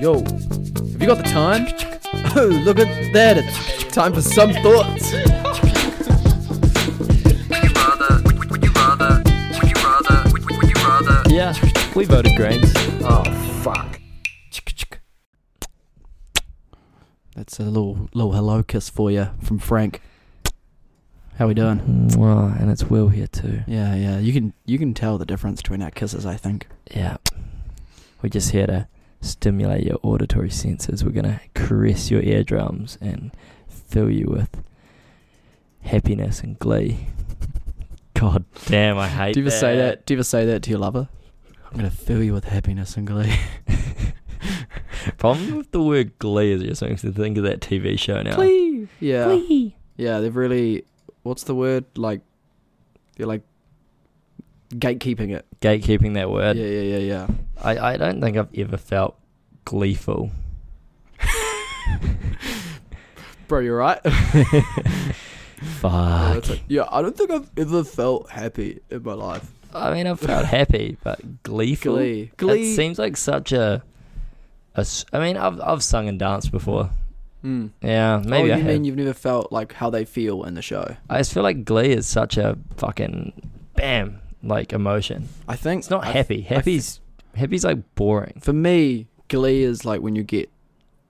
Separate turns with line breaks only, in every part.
Yo, have you got the time? Oh, look at that. It's time for some thoughts.
Yeah, we voted grains.
Oh, That's a little little hello kiss for you from Frank. How we doing?
Oh, and it's Will here too.
Yeah, yeah. You can you can tell the difference between our kisses, I think.
Yeah. We're just here to stimulate your auditory senses. We're going to caress your eardrums and fill you with happiness and glee. God damn, I hate
Do you ever say that? Do you ever say that to your lover? I'm gonna fill you with happiness and glee.
Problem with the word glee is you're supposed to think of that TV show now.
Yeah. Yeah, they've really what's the word? Like they're like gatekeeping it.
Gatekeeping that
Yeah,
word.
yeah, yeah, yeah.
I, I don't think I've ever felt gleeful.
Bro, you're right. Yeah,
Fuck.
that's it. yeah, I don't think I've ever felt happy in my life.
I mean, I felt happy, but gleeful.
Glee. Glee.
It seems like such a, a s- I mean, I've I've sung and danced before.
Mm.
Yeah, maybe
oh,
I
you
have.
mean you've never felt like how they feel in the show?
I just feel like Glee is such a fucking bam like emotion.
I think
It's not
I-
happy.
I thi-
Happy's happy's like boring.
for me, glee is like when you get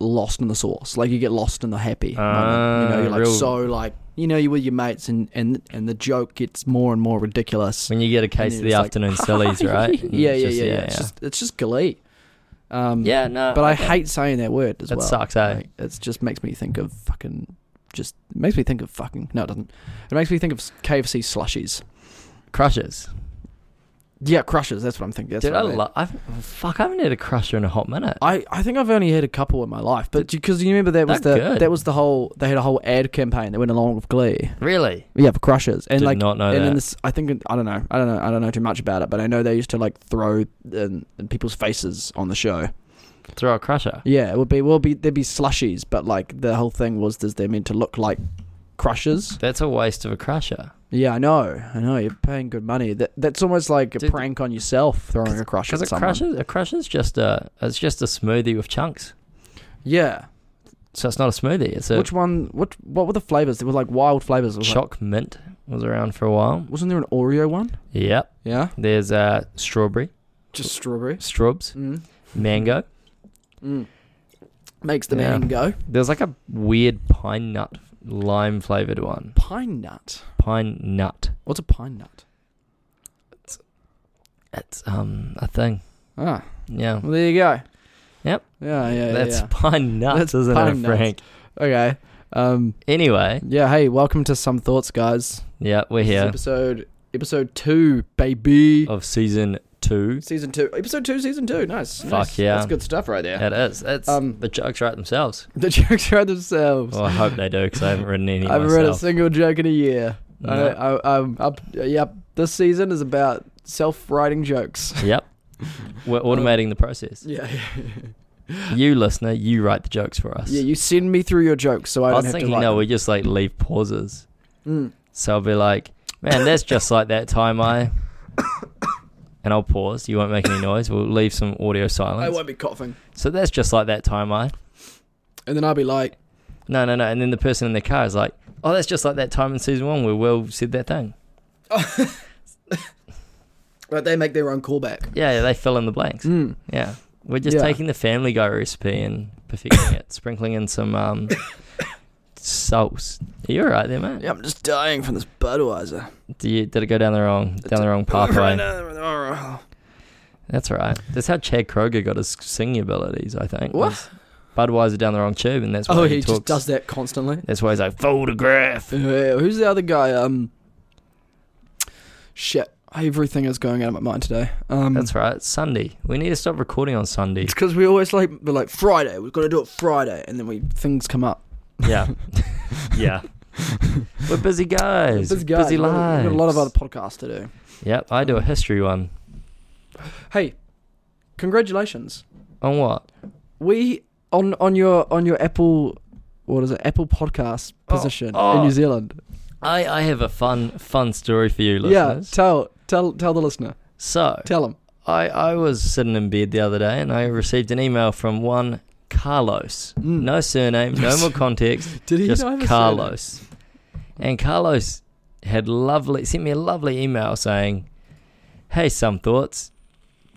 lost in the sauce, like you get lost in the happy. moment. You know,
Ah,
you're like
real-
so like you know you're with your mates and and and the joke gets more and more ridiculous.
When you get a case
And
of the
it's like,
afternoon sillies, right? And
yeah, yeah,
it's
yeah,
just-
yeah, It's just it's just glee. Um,
Yeah, no.
but I
okay.
hate saying that word as
That
well.
sucks, eh?
Like, it just makes me think of fucking. Just it makes me think of fucking. No, it doesn't. It makes me think of s- KFC slushies.
crushes.
Yeah, crushes. That's what I'm thinking. That's
Dude,
what
I
I mean.
love. I've, fuck, I haven't had a crusher in a hot minute.
I, I think I've only had a couple in my life, but because you remember that was
They're
the
good.
that was the whole they had a whole ad campaign that went along with Glee.
really?
Yeah, for crushes and
Did
like
not know
and then
that.
this I think I don't know I don't know I don't know too much about it, but I know they used to like throw in, in people's faces on the show.
Throw a crusher.
Yeah, it would be will be there'd be slushies, but like the whole thing was that they're meant to look like crushes.
That's a waste of a crusher.
Yeah, I know, I know. You're paying good money. That that's almost like a
Dude.
prank on yourself throwing a crush
Because
at
a
someone.
crusher, a crusher's just a it's just a smoothie with chunks.
Yeah.
So it's not a smoothie. It's a
Which one? What what were the flavors? They were like wild flavors. It was like-
choc mint was around for a while.
Wasn't there an Oreo one?
Yep.
Yeah.
There's uh, strawberry,
Just strawberry.
straws,
Mm.
mango.
Mm. Makes the
Yeah.
man go.
There's like a weird pine nut lime flavored one.
Pine nut.
Pine nut.
What's a pine nut?
It's um a thing.
Ah,
Yeah.
well, there you go.
Yep.
Yeah, yeah, yeah.
That's
yeah.
pine nuts,
That's
isn't
pine
it,
nuts.
Frank?
okay. Um,
Anyway,
yeah. Hey, welcome to some thoughts, guys.
yeah, we're
This is
here Oh.
episode episode two, baby.
of season two.
Season two. Episode two, season two. Nice.
Fuck
nice.
yeah.
That's good stuff right there.
It is. It's
Um,
the jokes right themselves.
The jokes are themselves.
Well, I hope they do because Oh, I haven't written any
I haven't read a
myself.
single joke in a year.
No.
I, I, I'm up. Yep. This season is about self-writing jokes.
Yep.
Um,
We're automating the process.
Yeah.
You listener, you write the jokes for us.
Yeah, you send me through your jokes so I
I,
don't
was
have
thinking,
to write.
no,
them.
we just like leave pauses.
Mm.
So I'll be like, man, that's just like that time I. And I'll pause. You won't make any noise. We'll leave some audio
I
silence.
won't be coughing.
So that's just like that time I.
And then I'll be like,
No, no, no. And then the person in the car is like, oh, that's just like that time in season one where Will said that thing.
right, they make their own callback.
Yeah, yeah, they fill in the blanks.
Mm.
Yeah. We're just
Yeah.
taking the Family Guy recipe and perfecting it, sprinkling in some um, sauce. Are you all right there, mate?
Yeah, I'm just dying from this Budweiser.
Do you, did it go down the wrong down the wrong pathway? That's all right. That's how Chad Kroger got his singing abilities, I think.
What?
was Budweiser down the wrong tube, and that's why
Oh,
he,
he
talks.
just does that constantly.
That's why he's like photograph.
Yeah, who's the other guy? Um, shit, everything is going out of my mind today. Um,
That's right. It's Sunday. We need to stop recording on Sunday.
it's because we always like we're like Friday. We've got to do it Friday, and then we things come up.
Yeah, yeah. We're busy guys.
This guy,
busy
we've got-
lives.
We've got a lot of other podcasts to do.
Yep. I do a history one.
Hey, congratulations!
On what?
We on on your on your Apple what is it Apple podcast
Oh,
position in
oh.
New Zealand.
I I have a fun fun story for you,
Yeah,
listeners.
tell tell tell the listener.
so
Tell him.
I, I was sitting in bed the other day and I received an email from one Carlos.
Mm.
No surname, no more context,
Did he
just
not have a
Carlos. And Carlos had lovely sent me a lovely email saying, "Hey, some thoughts.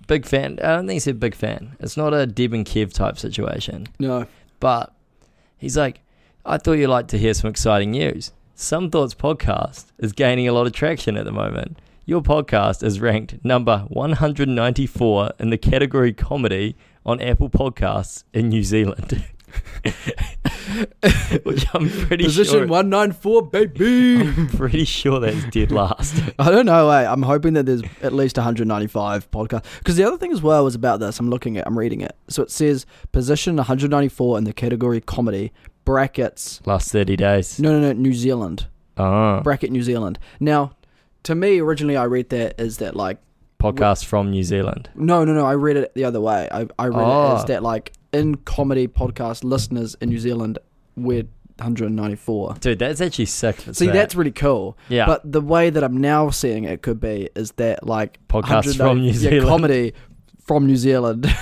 Big fan. I don't think he said big fan. It's not a Deb and Kev type situation,
surname? No.
but he's like, I thought you'd like to hear some exciting news. Some thoughts podcast is gaining a lot of traction at the moment." Your podcast is ranked number 194 in the category comedy on Apple Podcasts in New Zealand. Which I'm pretty
Position
sure
194, baby.
I'm pretty sure that's dead last.
I don't know. eh? I'm hoping that there's at least 195 podcasts. Because the other thing as well is about this. I'm looking at, I'm reading it. So it says position 194 in the category comedy brackets.
Last 30 days.
No, no, no, New Zealand
Ah,
bracket New Zealand. Now, to me originally, I read that as that like
podcast from New Zealand.
no, no, no. I read it the other way. I I read it as
Oh.
that like in comedy podcast listeners in New Zealand we're 194.
Dude, that's actually sick. that's
See,
that.
that's really cool.
Yeah.
But the way that I'm now seeing it could be is that like 190
Podcasts from New
yeah,
Zealand.
comedy from New Zealand.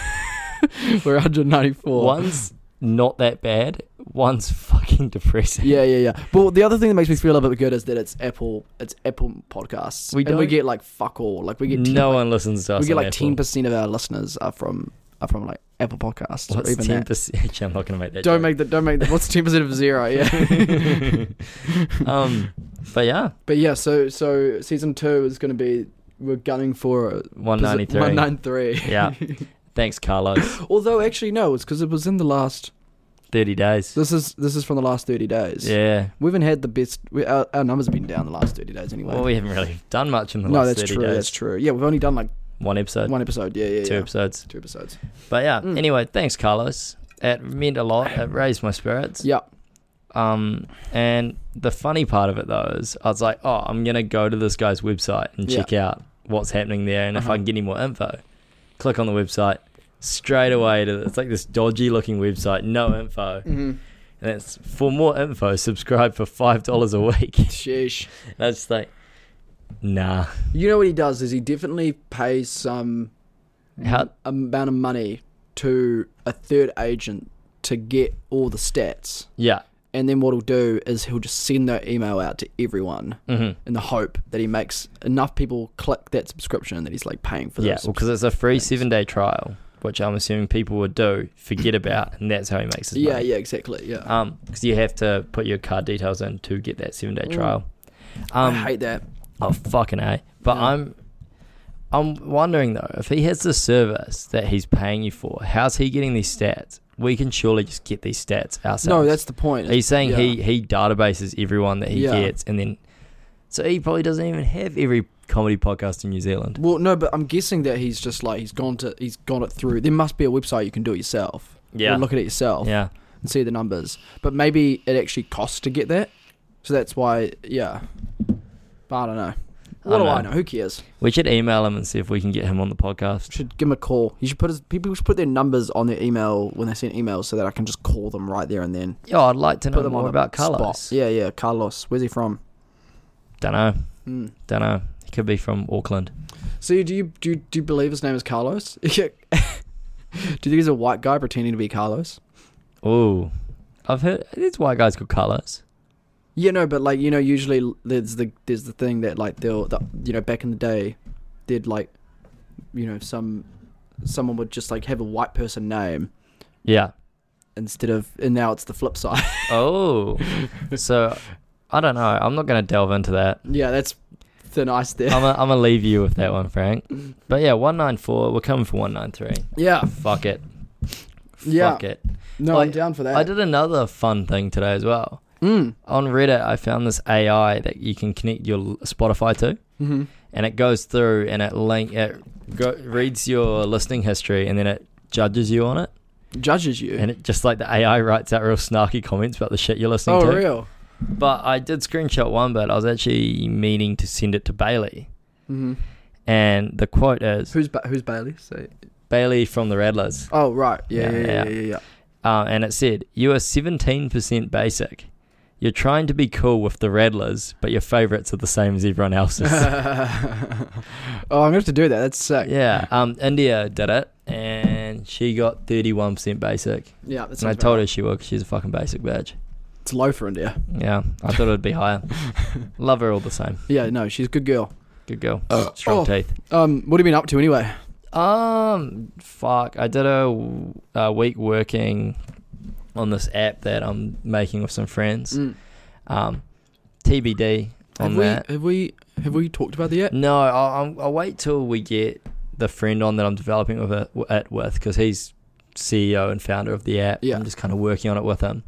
We're 194.
One's not that bad. One's fucking depressing.
Yeah, yeah, yeah. But the other thing that makes me feel a bit good is that it's Apple. It's Apple podcasts,
We
and we
don't-
get like fuck all. Like we get 10,
no
like,
one listens to us.
we get
on
like
Apple.
ten percent of our listeners are from are from like Apple podcasts or
What's
even that.
10%? Actually, I'm not going to make that.
Don't
joke.
make that. Don't make that. What's ten percent of zero? Yeah.
um, but yeah,
but yeah, so so season two is going to be we're gunning for
193.
One nine three.
yeah. Thanks, Carlos.
Although actually no, it's because it was in the last.
30 days.
This is this is from the last thirty days.
Yeah.
We haven't had the best. We, our, our numbers have been down the last thirty days anyway.
Well, we haven't really done much in the
no,
last
that's
30
true.
days.
That's true. Yeah, we've only done like
One episode,
one episode. Yeah, yeah,
two
yeah.
episodes.
Two episodes.
But yeah,
Mm.
anyway, thanks, Carlos. It meant a lot. It raised my spirits.
Yeah.
Um, and the funny part of it though is I was like, oh, I'm gonna go to this guy's website and
Yeah.
check out what's happening there, and if
Uh-huh.
I can get any more info, click on the website straight away to it's like this dodgy looking website, no info,
Mm-hmm.
and it's for more info, subscribe for five dollars a week. and
Sheesh.
I was just like, nah,
You know what he does is he definitely pays some Mm-hmm.
How-
amount of money to a third agent to get all the stats,
yeah,
and then what he'll do is he'll just send that email out to everyone
mm-hmm.
in the hope that he makes enough people click that subscription that he's like paying for.
yeah,
those
because it's a free
things.
seven day trial, which I'm assuming people would do, forget about, and that's how he makes his
yeah,
money.
yeah, exactly. Yeah,
Um, because you have to put your card details in to get that seven day
Mm.
trial.
I
Um,
hate that.
oh fucking a. But
Yeah.
I'm, I'm wondering though if he has the service that he's paying you for, how's he getting these stats? We can surely just get these stats ourselves.
No, that's the point.
he's saying
yeah.
he he databases everyone that he
Yeah.
gets, and then so he probably doesn't even have every comedy podcast in New Zealand.
Well, no, but I'm guessing that he's just like he's gone to he's gone it through. There must be a website you can do it yourself.
Yeah.
or look at it yourself.
Yeah,
and see the numbers. But maybe it actually costs to get that. So that's why, yeah. But I don't know. What do
don't
I
know.
know? Who cares?
we should email him and see if we can get him on the podcast.
Should give him a call. You should put his people should put their numbers on their email when they send emails so that I can just call them right there and then.
Yeah, I'd like to
Put
know
them
more
on
about
the spot.
Carlos.
Yeah, yeah, Carlos. Where's he from?
Don't know.
Hmm.
Don't know. He could be from Auckland.
So do you do you, do you believe his name is Carlos? do you think he's a white guy pretending to be Carlos?
Oh, I've heard these white guys called Carlos.
Yeah, no, but like you know, usually there's the there's the thing that like they'll the, you know back in the day, they'd like, you know, some someone would just like have a white person name
Yeah.
instead of and now it's the flip side.
Oh, so I don't know. I'm not going to delve into that.
yeah, that's thin ice there.
I'm going to leave you with that one, Frank. But yeah, 194. We're coming for 193.
yeah,
Fuck it.
Yeah.
Fuck it.
no,
I-
I'm down for that.
I did another fun thing today as well.
Mm.
On Reddit, I found this AI that you can connect your l- Spotify to.
hmm
and it goes through and it link it go, reads your listening history and then it judges you on it
Judges you.
and it just like the AI writes out real snarky comments about the shit you're listening
oh,
to.
real.
But I did screenshot one, but I was actually meaning to send it to Bailey.
hmm
And the quote is
Who's ba- who's Bailey? So,
Bailey from the Rattlers,
oh right, yeah,
Yeah, Uh,
yeah, yeah,
yeah.
yeah, yeah.
uh, and it said you are 17% basic. You're trying to be cool with the Rattlers, but your favourites are the same as everyone else's.
oh, I'm gonna have to do that. That's sick.
yeah, um, India did it, and she got 31% basic.
Yeah, that's
and I told her she would 'cause she's a fucking basic bitch.
it's low for India.
Yeah, I thought it would be higher. Love her all the same.
Yeah, no, she's a good girl.
Good girl. Strong
oh.
teeth.
Um, what have you been up to anyway?
Um, fuck. I did a, w- a week working on this app that I'm making with some friends.
Mm.
Um, TBD on
Have we,
that.
have we have we talked about the app?
No, I'll, I'll- I'll wait till we get the friend on that I'm developing with it, it with because he's CEO and founder of the app.
Yeah.
I'm just kind of working on it with him.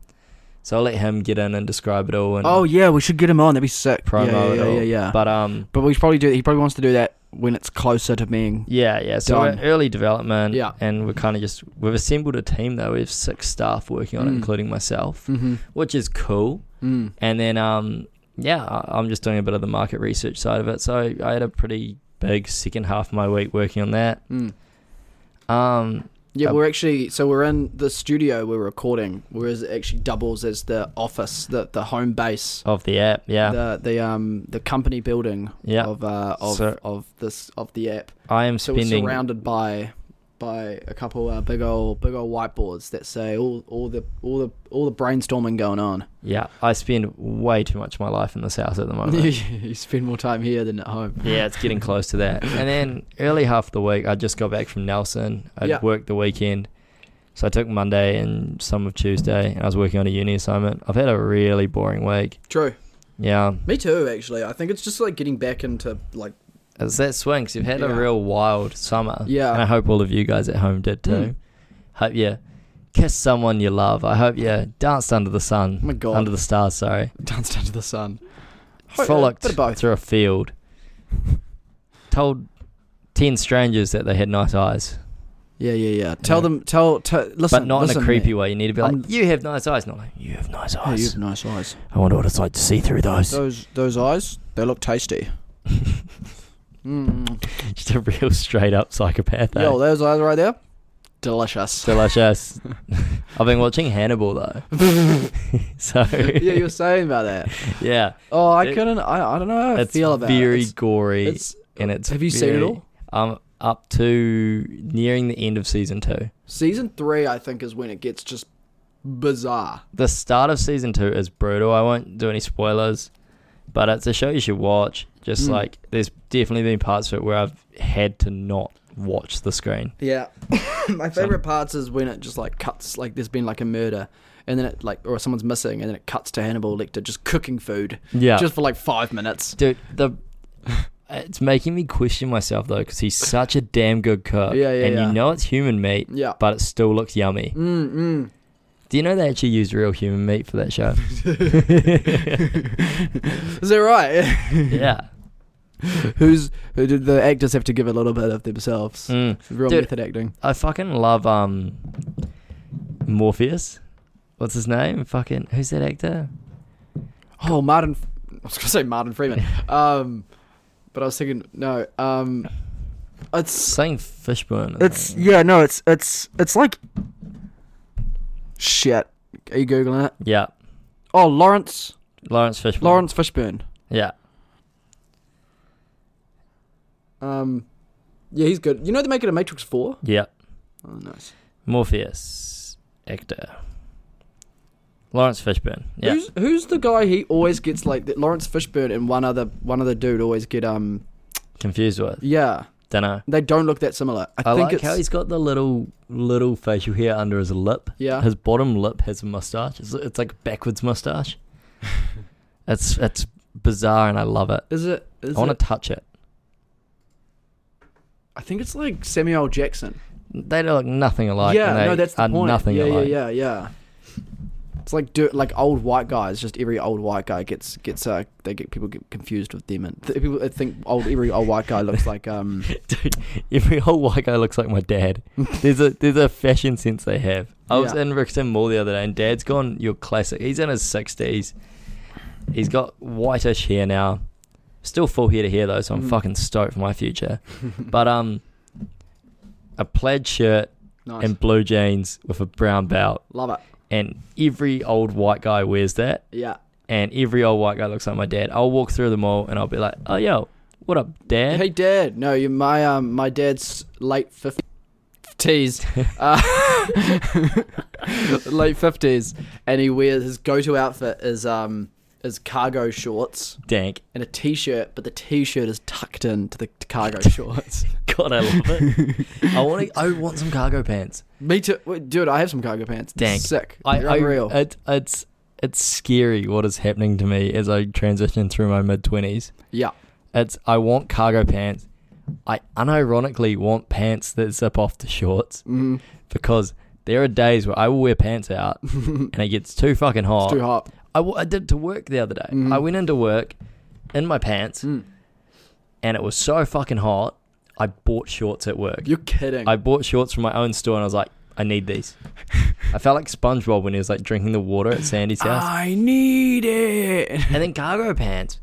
So I'll let him get in and describe it all and
Oh yeah, we should get him on. That'd be sick.
promo
yeah, yeah,
it
yeah,
all.
yeah, yeah. But,
But um,
we should probably do. He probably wants to do that when it's closer to being.
Yeah, yeah. So we're
Done.
in early development,
Yeah.
and we're kind of just we've assembled a team though. We have six staff working on it,
Mm.
including myself,
Mm-hmm.
which is cool.
Mm.
And then, um, yeah, I- I'm just doing a bit of the market research side of it. So I had a pretty big second half of my week working on that.
Mm.
Um,
Yeah,
Um,
we're actually so we're in the studio we're recording, whereas it actually doubles as the office, the the home base,
of the app, Oh, yeah,
the the um the company building
yeah.
of uh of
So-
of this of the app.
I am
So we're
spending.
surrounded by by a couple uh, big old big old whiteboards that say all all the all the all the brainstorming going on.
yeah, I spend way too much of my life in this house at the moment.
you spend more time here than at home.
Yeah, it's getting close to that. And then early half of the week, I just got back from Nelson. I
Yeah.
would worked the weekend. So I took Monday and some of Tuesday, and I was working on a uni assignment. I've had a really boring week.
True.
Yeah.
Me too. Actually, I think it's just like getting back into like
It's that swing 'cause you've had a
Yeah.
real wild summer.
Yeah.
And I hope all of you guys at home did too.
Mm.
Hope you kissed someone you love. I hope you danced under the sun.
Oh my God.
Under the stars, sorry.
danced under the sun. Ho- uh,
frolicked
bit of both.
through a field, told 10 strangers that they had nice eyes,
Yeah, yeah, yeah. Tell
Yeah.
them. Tell. tell listen,
but not
listen,
in a creepy
mate.
way. You need to be like,
I'm-
You have nice eyes, not like, You have nice
Yeah, you
eyes.
have nice eyes.
I wonder what it's like to see through those.
Those those eyes, they look tasty. mm.
Just a real straight up psychopath. eh?
Yo,
Yo,
those eyes right there, delicious.
Delicious. I've been watching Hannibal though. so,
yeah, you were saying about that.
yeah,
Oh, I
It-
couldn't. I, I don't know how I
it's
feel about
very
it.
gory.
It's, it's
and it's
have you seen it
very-
all?
I'm up to nearing the end of season two.
season three. I think is when it gets just bizarre.
the start of season two is brutal. I won't do any spoilers, but it's a show you should watch. Just
Mm.
like there's definitely been parts of it where I've had to not watch the screen.
Yeah. My favorite parts is when it just like cuts like there's been like a murder and then it like or someone's missing and then it cuts to Hannibal Lecter just cooking food
Yeah,
just for like 5 minutes.
dude, the it's making me question myself though because he's such a damn good cook.
Yeah, yeah,
and
yeah.
you know it's human meat,
Yeah.
but it still looks yummy.
Mm. mm.
Do you know they actually used real human meat for that show?
mm. Is that right?
yeah,
Who's who did the actors have to give a little bit of themselves?
Mm.
Real
Dude.
method acting.
I fucking love um Morpheus. What's his name? Fucking who's that actor?
Oh, Martin. I was gonna say Martin Freeman. Um, but I was thinking no. Um, it's
Saying Fishburne. I
it's
think.
yeah no it's it's it's like shit. Are you googling it?
yeah.
Oh, Lawrence
Lawrence Fishburne.
Lawrence Fishburne.
Yeah.
Um, yeah, he's good. You know they're making a Matrix Four.
Yeah.
Oh, nice.
Morpheus actor. Lawrence Fishburne. Yeah.
Who's who's the guy? He always gets like that Lawrence Fishburne and one other one other dude always get um
Confused with.
yeah
Dunno.
they don't look that similar. I,
I,
think
like
it's
how he's got the little little facial hair under his lip.
Yeah.
His bottom lip has a mustache. It's, it's like a backwards mustache. it's it's bizarre and I love it.
is it is
I want
it,
to touch it.
I think it's like Samuel Jackson.
They look nothing alike.
yeah,
and they
no, that's the
are
point.
Nothing
yeah,
alike.
yeah, yeah, yeah. It's like dirt, like old white guys. Just every old white guy gets gets uh they get people get confused with them and th- people think old every old white guy looks like um
Dude, every whole white guy looks like my dad. There's a there's a fashion sense they have. I was
Yeah.
in Rixton Mall the other day, and Dad's gone your classic. He's in his sixties. He's got whitish hair now, still full hair to hair though. So I'm
Mhm.
fucking stoked for my future. but um, a plaid shirt
nice
and blue jeans with a brown belt,
love it
and every old white guy wears that.
yeah
and every old white guy looks like my dad. I'll walk through the mall and I'll be like, "Oh, yo, what up, dad?"
Hey, Dad. No, you my um my dad's late fifties, uh, late fifties, and he wears his go-to outfit is um is cargo shorts
Dank.
and a t-shirt, but the t-shirt is tucked into the cargo shorts.
God, I love it. I want to. I want some cargo pants.
Me too, Wait, dude. I have some cargo pants. They're
Dank.
sick.
I,
They're
I uh,
unreal.
It, it's it's scary what is happening to me as I transition through my mid twenties.
yeah,
It's I want cargo pants. I unironically want pants that zip off to shorts
mm,
because there are days where I will wear pants out and it gets too fucking hot.
it's too hot.
I, w- I did to work the other day.
Mhm.
I went into work in my pants
Mm.
and it was so fucking hot. I bought shorts at work.
You're kidding.
I bought shorts from my own store and I was like, I need these. I felt like SpongeBob when he was like drinking the water at Sandy's house.
I need it.
and then cargo pants.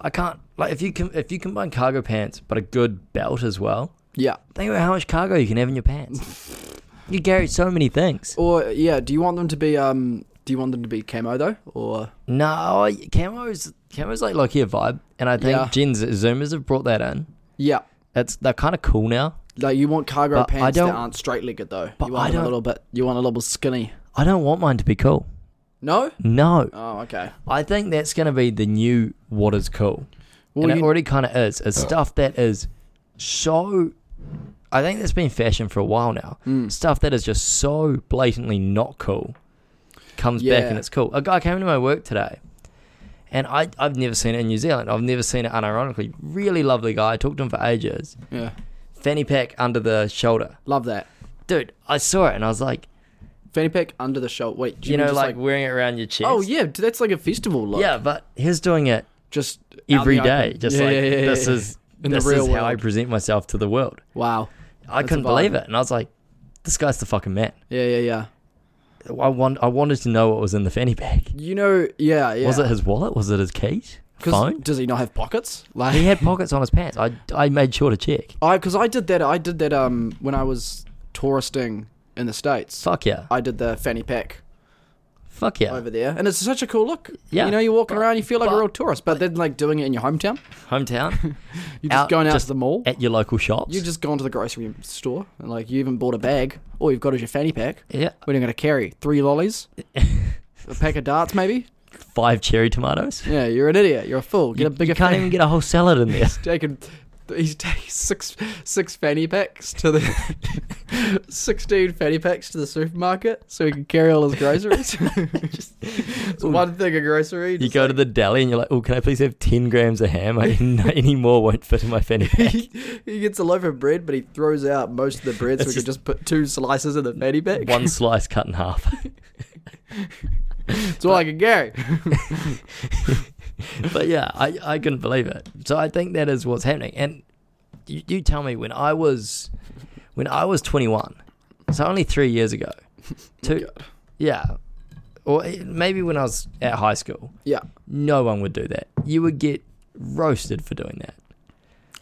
I can't like if you can if you combine cargo pants but a good belt as well.
Yeah.
Think about how much cargo you can have in your pants. you carry so many things.
Or yeah. Do you want them to be um? Do you want them to be camo though, or
No, camo's camo's like Loki a vibe, and I think
Yeah.
Gen Z- Zoomers have brought that in.
yeah?
It's they're kind of cool now.
Like you want cargo
But I
pants
don't-
that aren't straight legged though.
But
you
I
want them
don't-
a little bit. You want a little skinny.
I don't want mine to be cool.
No.
No,
Oh, okay.
I think that's gonna be the new what is cool,
Well,
and
you-
it already kind of is. It's stuff that is so. I think that's been fashion for a while now.
Hmm.
Stuff that is just so blatantly not cool comes back and
Yeah.
it's cool. A guy came to my work today, and I I've never seen it in New Zealand. I've never seen it unironically. Really lovely guy. I talked to him for ages.
yeah.
fanny pack under the shoulder.
Love that
Dude, I saw it and I was like,
fanny pack under the shoulder. Wait, do
you,
you, mean
know,
just
like, wearing it around your chest.
oh yeah, dude, that's like a festival look.
Yeah, but he's doing it
Just out in the
every day.
open.
Just
Yeah,
like
yeah, yeah,
this
yeah.
is
In the
this
real
is how I
world.
present myself to the world.
wow.
I
That's a
couldn't
vibe.
believe it, and I was like, this guy's the fucking man.
Yeah, yeah, yeah.
I want I wanted to know what was in the fanny pack.
You know, yeah, yeah.
Was it his wallet? Was it his keys?
'Cause
Phone?
Does he not have pockets? Like
He had pockets on his pants. I I made sure to check.
I because I did that. I did that um when I was touristing in the states.
Fuck yeah.
I did the fanny pack
Fuck yeah.
over there, and it's such a cool look.
Yeah.
you know, you're walking
But-
around, you feel like
but-
a real tourist, but then like doing it in your hometown,
Hometown.
you're just
Out-
going out
just
to the mall,
at your local shops.
you've just gone to the grocery store, and like you even bought a bag. All you've got is your fanny pack.
yeah.
What are you going to carry? Three lollies, a pack of darts, maybe.
Five cherry tomatoes.
Yeah, you're an idiot. You're a fool. Get
You-
a bigger.
you can't
fanny-
even get a whole salad in there.
He's taken. He's taken six six fanny packs to the sixteen fanny packs to the supermarket, so he can carry all his groceries. It's one thing of grocery.
You
just
go to the deli and you're like, oh, can I please have 10 grams of ham? I, any more won't fit in my fanny pack.
He, he gets a loaf of bread, but he throws out most of the bread, so
It's
he can just put two slices in the fanny pack.
One slice cut in half.
That's all I can carry.
but yeah, I, I couldn't believe it. So I think that is what's happening. And you, you tell me when I was when I was 21, so only three years ago. Two, yeah, or eh, maybe when I was at high school,
Yeah,
no one would do that. You would get roasted for doing that.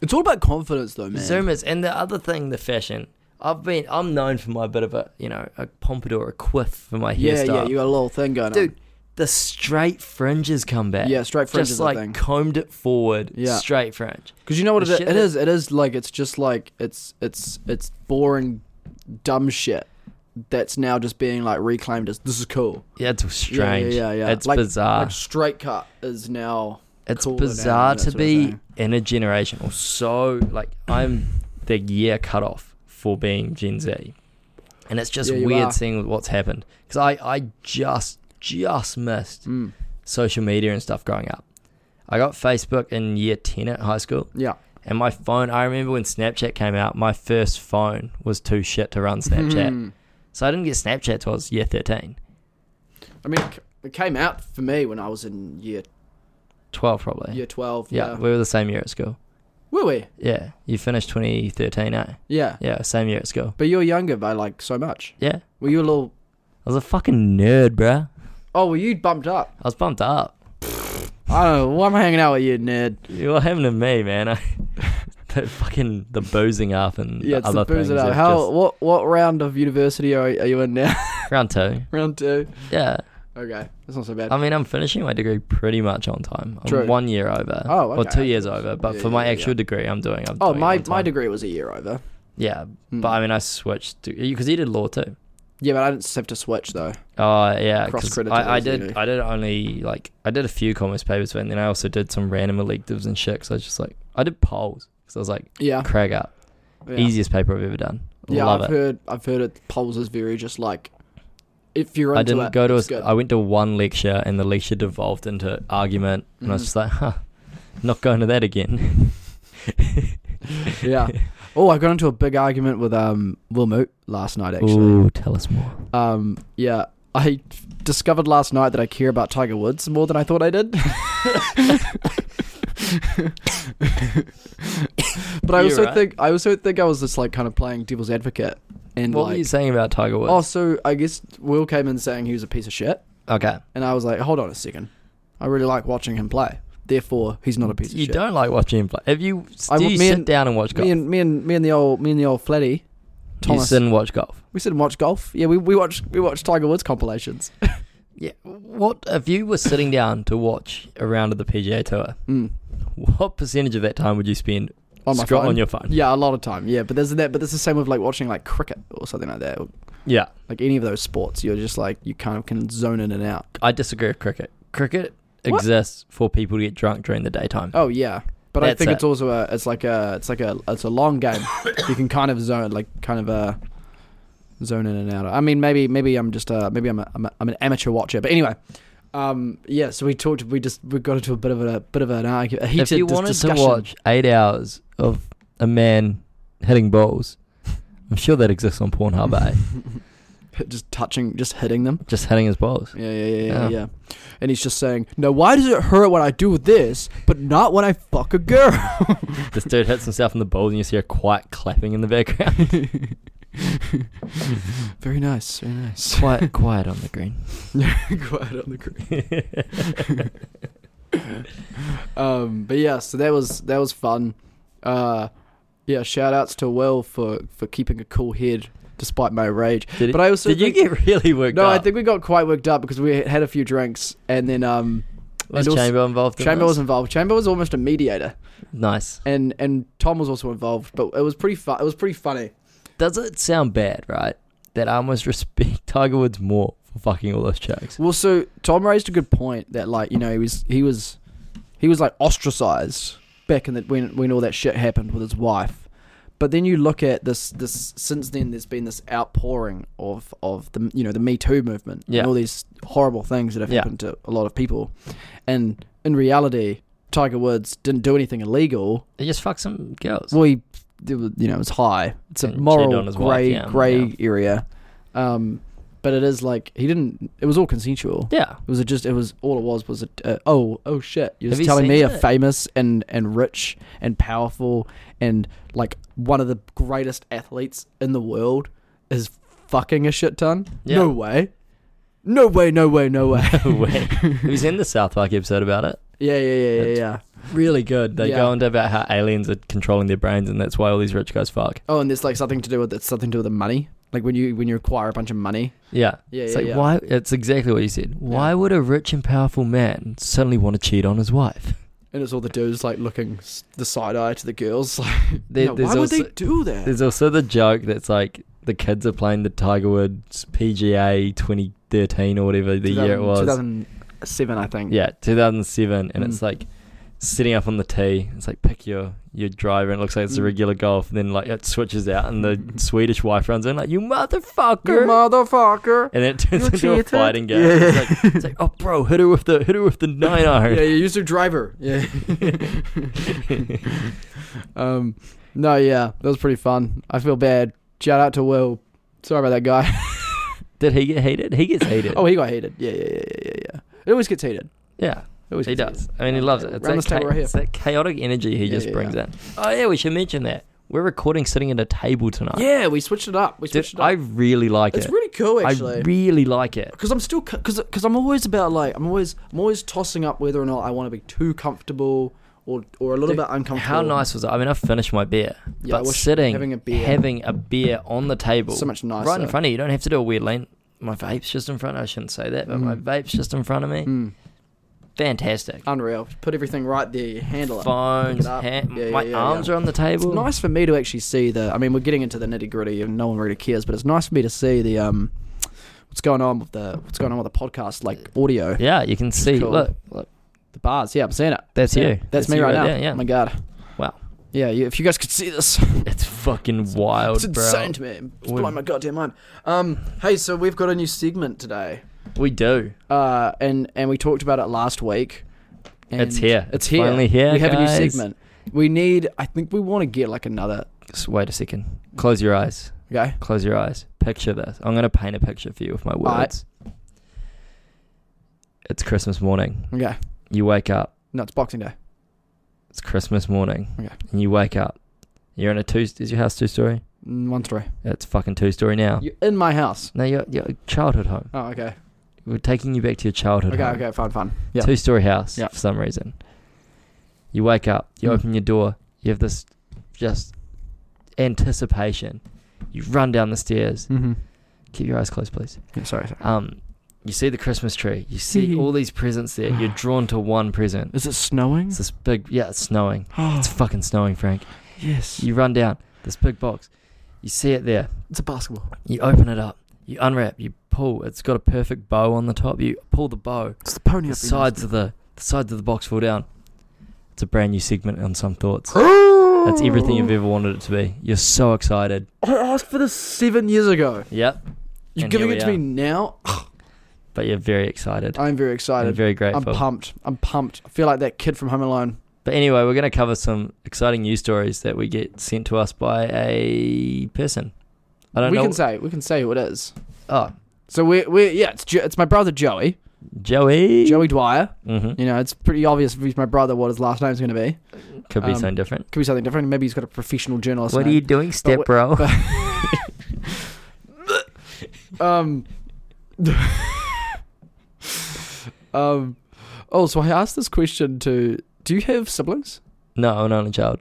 it's all about confidence, though, man.
Zoomers. And the other thing, the fashion. I've been I'm known for my bit of a you know a pompadour, a quiff for my
yeah,
hairstyle.
yeah, you got a little thing going
dude. The straight fringes come back.
Yeah, straight fringe is
Just
a
like
thing.
combed it forward.
Yeah.
straight fringe.
because you know what it
the
is.
shit
It
that-
is. It is like it's just like it's it's it's boring, dumb shit that's now just being like reclaimed as this is cool.
Yeah, it's
Yeah,
strange.
yeah, yeah, yeah.
It's
Like-
bizarre.
Like straight cut is now.
it's
cooler now,
bizarre
that
to
sort of
be
thing.
in a generation or so like I'm the year cutoff for being Gen Z, and it's just
Yeah, you
weird
are.
seeing what's happened because I I just just missed
Mm,
social media and stuff growing up. I got Facebook in year 10 at high school,
yeah.
and my phone, I remember when Snapchat came out, my first phone was too shit to run Snapchat.
Mm.
so I didn't get Snapchat till I was year 13,
I mean, it c- it came out for me when I was in year
12 probably.
year twelve.
yeah,
Yeah.
we were the same year at school.
Were we?
Yeah, you finished 2013, eh?
Yeah.
Yeah, same year at school.
But you're younger by like so much.
Yeah,
Were you a little?
I was a fucking nerd, bruh.
Oh, well, you bumped up.
I was bumped up.
I don't know. Why am I hanging out with you, nerd?
You were having to me, man. I, the fucking the boozing up and
Yeah,
the
it's the
other
booze
things.
it up.
have
How? What? What round of university are, are you in now?
just- round two.
round two.
Yeah,
Okay, that's not so bad.
I mean, I'm finishing my degree pretty much on time. I'm
True.
one year over.
Oh,
Or
okay.
two years over. But
Yeah,
for
yeah,
my
yeah,
actual
yeah.
degree, I'm doing. I'm
oh,
doing it
my
on
my
time.
degree was a year over.
Yeah,
Hmm.
but I mean, I switched to because he did law too.
Yeah, but I didn't have to switch though.
Oh yeah, 'cause
Cross-credited
I, I
as you
did.
do.
I did only like I did a few commerce papers, and then I also did some random electives and shit. Cause I was just like, I did polls. Cause I was like,
Yeah.
crack up,
yeah.
easiest paper I've ever done.
Yeah,
Love
I've
it.
heard I've heard it. Polls is very just like if you're into
I didn't
it,
go to. A,
it's
s-
good.
I went to one lecture, and the lecture devolved into argument, and I was
Mhm.
just like, huh, not going to that again.
yeah. Oh, I got into a big argument with um Will Moot last night actually.
Ooh, tell us more.
Um, yeah, I discovered last night that I care about Tiger Woods more than I thought I did. but I
You
also
right?
think I also think I was just like kind of playing devil's advocate and
what
like
were you saying about Tiger Woods?
oh, so I guess Will came in saying he was a piece of shit,
okay.
and I was like, hold on a second, I really like watching him play. Therefore, he's not a piece of
You
shit.
don't like watching him play. If you,
I
do
w-
you
me
sit
and-
down and watch golf?
Me and me and me and the old me and the old flatty,
You
Thomas.
sit and watch golf.
we sit and watch golf. Yeah, we we watch we watch Tiger Woods compilations.
Yeah. What if you were sitting down to watch a round of the PGA Tour?
Mm.
What percentage of that time would you spend
On my
scroll-
phone.
on your phone?
Yeah, a lot of time. Yeah, but there's that. But it's the same with like watching like cricket or something like that. Or,
Yeah.
like any of those sports, you're just like you kind of can zone in and out.
I disagree with cricket. Cricket
What?
exists for people to get drunk during the daytime.
Oh yeah, but I
That's
think
it.
it's also a it's like a it's like a it's a long game. you can kind of zone like kind of a zone in and out. I mean, maybe maybe I'm just uh maybe I'm a, I'm, a, I'm an amateur watcher. But anyway. Um, yeah, so we talked. We just we got into a bit of a, bit of an argument. A heated
if you
dis-
wanted
discussion.
to watch eight hours of a man hitting balls, I'm sure that exists on Pornhub. eh?
just touching, just hitting them.
Just hitting his balls.
Yeah, yeah, yeah, yeah,
Yeah.
yeah. And he's just saying, "No, why does it hurt when I do this, but not when I fuck a girl?"
This dude hits himself in the balls, and you see a quiet clapping in the background.
very nice, very nice.
quiet, quiet on the green.
Quiet on the green. um, but yeah, so that was that was fun. Uh, yeah, shout outs to Will for for keeping a cool head despite my rage.
Did, it-
But I also
did you
think-
get really worked
No,
up?
I think we got quite worked up because we had a few drinks and then um,
was
and also-
Chamber involved. In
Chamber
this?
was involved. Chamber was almost a mediator.
nice.
and and Tom was also involved, but it was pretty fun. It was pretty funny.
Does it sound bad, right? That I almost respect Tiger Woods more for fucking all those chicks.
Well, so Tom raised a good point that like you know he was he was he was like ostracized back in the when when all that shit happened with his wife. But then you look at this this since then there's been this outpouring of of the you know the Me Too movement
Yeah.
and all these horrible things that have
Yeah.
happened to a lot of people, and in reality. Tiger Woods didn't do anything illegal.
They just fuck some girls.
Well, he, it was, you know, it's high. It's a
And cheated on
moral
his
gray
wife, yeah,
gray
yeah.
area, um, but it is like he didn't. It was all consensual.
yeah.
It was a just. It was all it was was a. Uh, oh oh shit! You're
Have
just
you
telling
seen
me a
it?
famous and and rich and powerful and like one of the greatest athletes in the world is fucking a shit ton.
Yeah.
No way. No way. No way. No way.
Wait. Have you seen the South Park episode about it?
yeah yeah yeah yeah
That's-
yeah.
Really good. They
Yeah.
go into about how aliens are controlling their brains, and that's why all these rich guys fuck.
Oh, and there's like something to do with it's something to do with the money. Like when you when you acquire a bunch of money.
Yeah.
Yeah
It's
yeah
like
yeah.
why? It's exactly what you said. Why would a rich and powerful man suddenly want to cheat on his wife?
And it's all the dudes like looking s- the side eye to the girls. Like,
There-
"No,
there's
why would they
also-
do that?
There's also the joke that's like the kids are playing the Tiger Woods PGA 2013 or whatever the year it
2000
was.
2007, I think.
Yeah, 2007, and
Mm.
it's like sitting up on the tee. It's like pick your your driver, and it looks like it's a
Mm.
regular golf. And then like it switches out, and the Swedish wife runs in like you motherfucker,
You motherfucker.
and then it turns
you
into a
cheated.
fighting game.
Yeah.
It's, like, it's like oh bro, hit her with the hit her with the nine
Yeah,
iron.
you used your driver. Yeah. um, no, yeah, that was pretty fun. I feel bad. Shout out to Will. Sorry about that guy.
Did he get hated? He gets hated.
oh, he got hated. Yeah, yeah, yeah, yeah, yeah, yeah. It always gets hated.
yeah,
It always
he
gets hated.
does. I mean, he loves it. It's
Around
that,
this table
cha-
right here.
it's that chaotic energy he
Yeah,
just
yeah,
brings
yeah.
in. Oh yeah, we should mention that we're recording sitting at a table tonight.
Yeah, we switched it up. We
Dude,
switched it up.
I really like
it's
it.
really cool,
I
actually.
really like it.
because I'm still because because I'm always about like I'm always I'm always tossing up whether or not I want to be too comfortable or or a little
Dude,
bit uncomfortable.
How nice was it? I mean, I finished my beer,
Yeah, I
but
wish
sitting
having a beer-
having a beer on the table,
So much nicer.
right in front of you. You don't have to do a weird lean. my vape's just in front. I shouldn't say that, but my
Mm.
vape's just in front of me.
Mm.
Fantastic.
Unreal. Put everything right there. You handle it. Pick
Phones,
it up.
hand,
Yeah, yeah,
my
yeah,
arms
yeah.
are on the table.
It's nice for me to actually see the. I mean, we're getting into the nitty gritty, and no one really cares. But it's nice for me to see the um, what's going on with the what's going on with the podcast, like audio,
Yeah, you can see.
cool.
Look, look,
the bars. Yeah, I'm seeing it.
that's
Yeah,
you.
That's, me
you
right, now.
there,
Oh
yeah,
my god.
Wow.
Yeah. You, if you guys could see this,
it's fucking wild,
it's insane to
bro.
me. It's
Would-
blowing my goddamn mind. Um. Hey, so we've got a new segment today.
We do.
Uh. And and we talked about it last week. And
It's here.
It's
It's
here.
finally here,
We have a new
guys.
segment. We need. I think we want to get like another.
Just wait a second. Close your eyes.
Okay.
Close your eyes. Picture this. I'm gonna paint a picture for you with my
right.
words. It's Christmas morning.
Okay.
You wake up.
No, it's Boxing Day.
It's Christmas morning.
Okay.
And you wake up. You're in a two. Is your house two story?
Mm, One story.
It's fucking two story now.
You're in my house.
no, your your childhood home.
Oh, okay.
We're taking you back to your childhood.
Okay,
home.
okay, fine, fine. Yeah.
two story house
Yeah.
for some reason. You wake up, you
Mm.
open your door, you have this just anticipation. You run down the stairs.
Mm-hmm.
Keep your eyes closed, please.
Yeah, sorry, sorry.
Um, you see the Christmas tree. You see all these presents there. You're drawn to one present.
Is it snowing?
It's this big. Yeah, it's snowing.
Oh,
It's fucking snowing, Frank.
yes.
You run down this big box. You see it there.
it's a basketball.
You open it up. You unwrap. You pull. It's got a perfect bow on the top. You pull the bow.
It's the pony
the sides of the, the sides of the box fall down. It's a brand new segment on some thoughts. That's
That's
everything you've ever wanted it to be. You're so excited.
I asked for this seven years ago.
Yep.
You're
And
giving
here
it
we
to me now.
But you're very excited.
I'm very excited.
and very
I'm
grateful.
pumped. I'm pumped. I feel like that kid from Home Alone.
But anyway, we're going to cover some exciting news stories that we get sent to us by a person. I don't
we
know.
can say we can say who it is.
oh,
So we we yeah, it's jo- it's my brother Joey,
Joey.
Joey Dwyer.
Mm-hmm.
You know, it's pretty obvious if he's my brother what his last name's going to be.
Could be
um,
something different.
Could be something different. Maybe he's got a professional journalist. name.
doing,
step wh-
bro?
um, um, oh, so I asked this question to do you have siblings?
no, I'm not a child.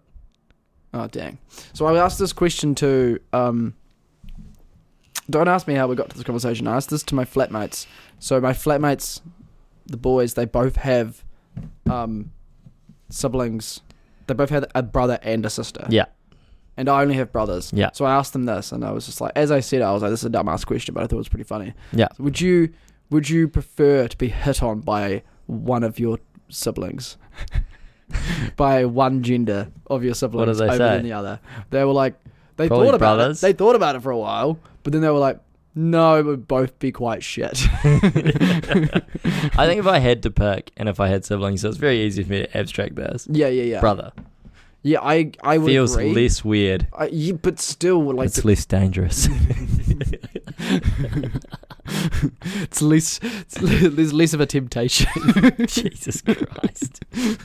Oh, dang. So I asked this question to, um, don't ask me how we got to this conversation. I asked this to my flatmates. So my flatmates, the boys, they both have, um, siblings. They both have a brother and a sister.
Yeah.
And I only have brothers.
Yeah.
So I asked them this, and I was just like, as I said, I was like, this is a dumbass question, but I thought it was pretty funny.
Yeah.
Would you would you prefer to be hit on by one of your siblings? by one gender of your siblings
they
over
say?
than the other. They were like they
Probably
thought about
brothers.
it. They thought about it for a while, but then they were like, No, it would both be quite shit.
I think if I had to pick and if I had siblings, it's very easy for me to abstract this.
yeah, yeah, yeah.
Brother.
Yeah, I I would
feels
agree.
less weird.
I, yeah, but still like Um,
it's less dangerous.
it's less it's le- there's less of a temptation.
Jesus Christ.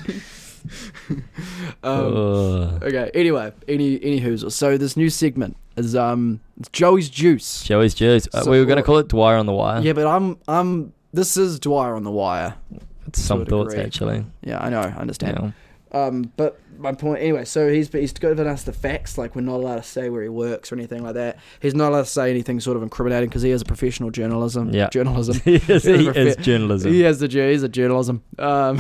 Oh.
Um,
Ugh.
Okay. Anyway, any any hoozle. So this new segment is um it's Joey's juice.
Joey's Jews. Uh,
So-
we were going to call it Dwyer on the Wire.
Yeah, but I'm I'm this is Dwyer on the wire.
It's some
to a
thoughts,
degree.
actually.
Yeah, I know, I understand.
Yeah.
Um, but my point anyway. So he's he's given us the facts. Like we're not allowed to say where he works or anything like that. He's not allowed to say anything sort of incriminating because he is a professional journalism.
Yeah.
Journalism.
he is,
He's a
he
profe-
is journalism.
He has the G. He's a journalism. Um,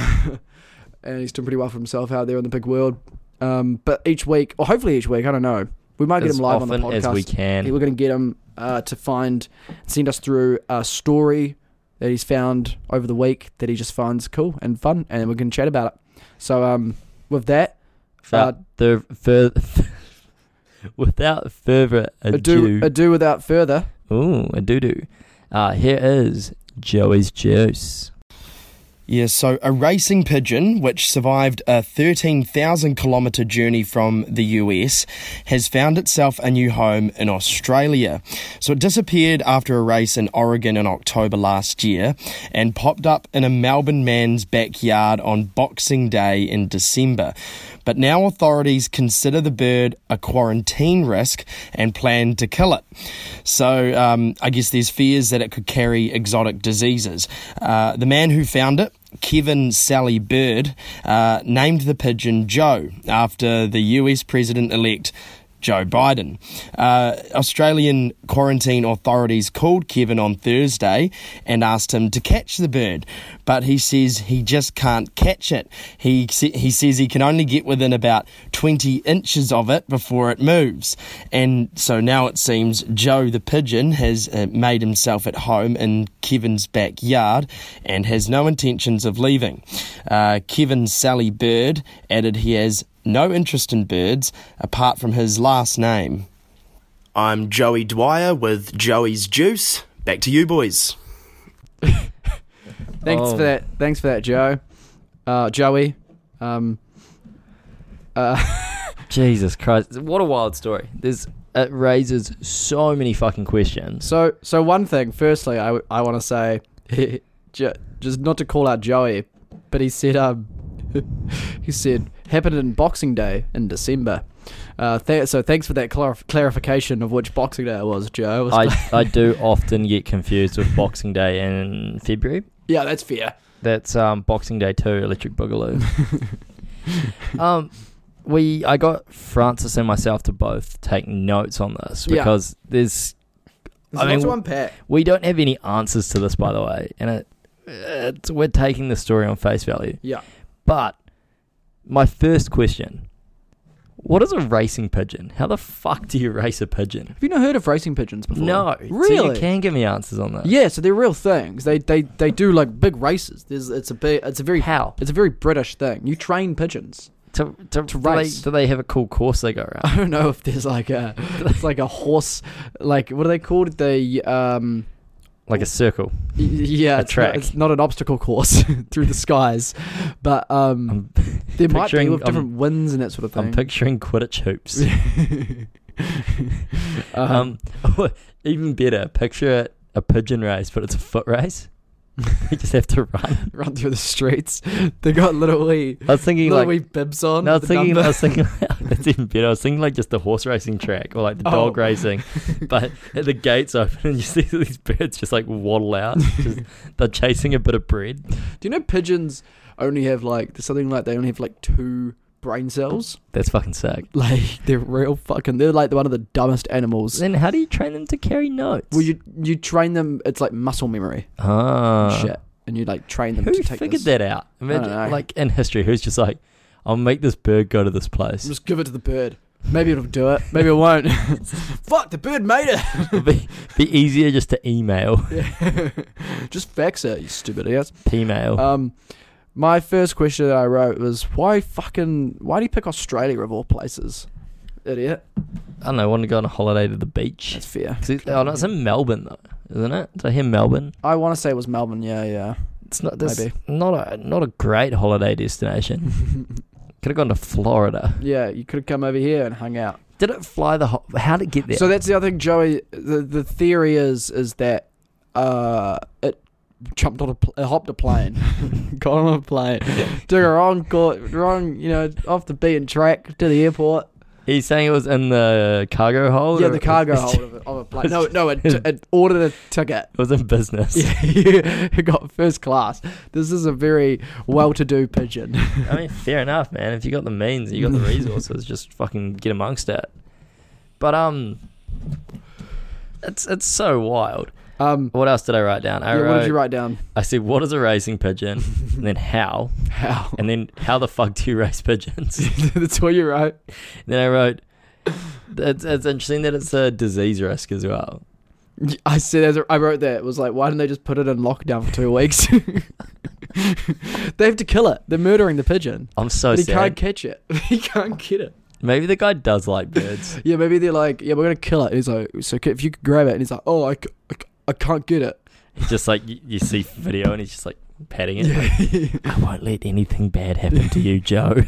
and he's doing pretty well for himself out there in the big world. Um, but each week, or hopefully each week, I don't know. We might get
As
him live on
often
the podcast.
as we can.
We're going to get him uh, to find, send us through a story that he's found over the week that he just finds cool and fun, and we can chat about it. So, um, with that,
Without,
uh,
the fur- without further
uh, ado,
ado.
ado without further.
Ooh, a doo doo. Uh, here is Joey's Juice.
Yeah, so a racing pigeon which survived a 13,000 kilometre journey from the US has found itself a new home in Australia. So it disappeared after a race in Oregon in October last year and popped up in a Melbourne man's backyard on Boxing Day in December. But now authorities consider the bird a quarantine risk and plan to kill it. So um, I guess there's fears that it could carry exotic diseases. Uh, the man who found it, Kevin Sally Bird, uh, named the pigeon Joe after the US president elect Joe Biden. Uh, Australian quarantine authorities called Kevin on Thursday and asked him to catch the bird, but he says he just can't catch it. He, sa- he says he can only get within about 20 inches of it before it moves. And so now it seems Joe the pigeon has uh, made himself at home in Kevin's backyard and has no intentions of leaving. Uh, Kevin Sally Bird added he has no interest in birds apart from his last name. I'm Joey Dwyer with Joey's Juice. Back to you, boys.
Thanks
Oh.
for that. Thanks for that, Joe. Uh, Joey. Um, uh,
Jesus Christ. What a wild story. There's it raises so many fucking questions.
so so one thing. Firstly, I, w- I want to say, ju- just not to call out Joey, but he said um, he said happened in Boxing Day in December. Uh, th- so thanks for that clarif- clarification of which Boxing Day it was, Joe. It was
I, I do often get confused with Boxing Day in February.
yeah, that's fair.
That's um, Boxing Day 2, Electric Boogaloo. um, we I got Francis and myself to both take notes on this
Yeah.
because there's
There's
I
lots
mean,
to unpack.
we don't have any answers to this by the way, and it, it's, we're taking the story on face value.
Yeah.
But my first question: What is a racing pigeon? How the fuck do you race a pigeon?
Have you not heard of racing pigeons before?
No,
really.
So you can give me answers on that.
Yeah, so they're real things. They they they do like big races. There's it's a big, it's a very
How
it's a very British thing. You train pigeons.
to to, do they-
race.
Do they have a cool course they go around?
I don't know if there's like a it's like a horse like what are they called the um
Like a circle.
y- yeah
A
it's
track.
Not, it's not an obstacle course through the skies, but um
I'm,
there might be
picturing- um,
with different winds and that sort of thing.
I'm picturing Quidditch hoops. um, even better, picture a pigeon race, but it's a foot race. you just have to run.
run through the streets. They got little wee
I was thinking
little
like
wee bibs on.
No, I was
with the
thinking. I
number.
was thinking that's even better. I was thinking like just the horse racing track or like the dog
Oh.
racing, but the gates open and you see these birds just like waddle out. Just, they're chasing a bit of bread.
Do you know pigeons only have like there's something like they only have like two brain cells?
That's fucking sick.
Like they're real fucking. They're like one of the dumbest animals.
Then how do you train them to carry notes?
Well, you you train them. It's like muscle memory and
ah
shit, and you like train them
Who
to take
figured
this.
that out?
don't
Imagine,
know.
like in history, who's just like, I'll make this bird go to this place.
Just give it to the bird. Maybe it'll do it. Maybe it won't. Fuck, the bird made it.
It'd be, be easier just to email,
Just fax it, you stupid ass.
email.
Um, my first question that I wrote was why fucking why do you pick Australia of all places? Idiot.
I don't know. want to go on a holiday to the beach.
That's fair.
'Cause it- oh, no, it's in Melbourne though, isn't it? Did I hear Melbourne?
I want to say it was Melbourne. Yeah, yeah.
It's not this
Maybe.
not a not a great holiday destination. Could have gone to Florida.
Yeah, you could have come over here and hung out.
Did it fly the? Ho- How did it get there?
So that's the other thing, Joey. The the theory is is that uh, it jumped on a pl- it hopped a plane, got on a plane, took a wrong court, wrong you know off the beaten track to the airport.
He's saying it was in the cargo hold.
yeah,
or
the
it
cargo
was-
hold of a, of a plane. No, no, it, it ordered a ticket.
It was in business.
Yeah, it got first class. This is a very well-to-do pigeon.
I mean, fair enough, man. If you got the means, and you got the resources, just fucking get amongst it. But um, it's it's so wild.
Um,
What else did I write down? I
yeah,
wrote.
what did you write down?
I said, "What is a racing pigeon?" and then how?
How?
And then how the fuck do you race pigeons?
that's all you wrote.
Then I wrote, it's, it's interesting that it's a disease risk as well.
I said as I wrote that it was like, why didn't they just put it in lockdown for two weeks? they have to kill it. They're murdering the pigeon.
I'm so
but he can't
Oh, sad.
catch it. he can't get it.
Maybe the guy does like birds.
Yeah, maybe they're like, yeah, we're gonna kill it. And he's like, so if you could grab it, and he's like, oh, I, c- I c- I can't get it.
He's just like, you, you see video and he's just like patting it. like,
Yeah.
I won't let anything bad happen to you, Joe.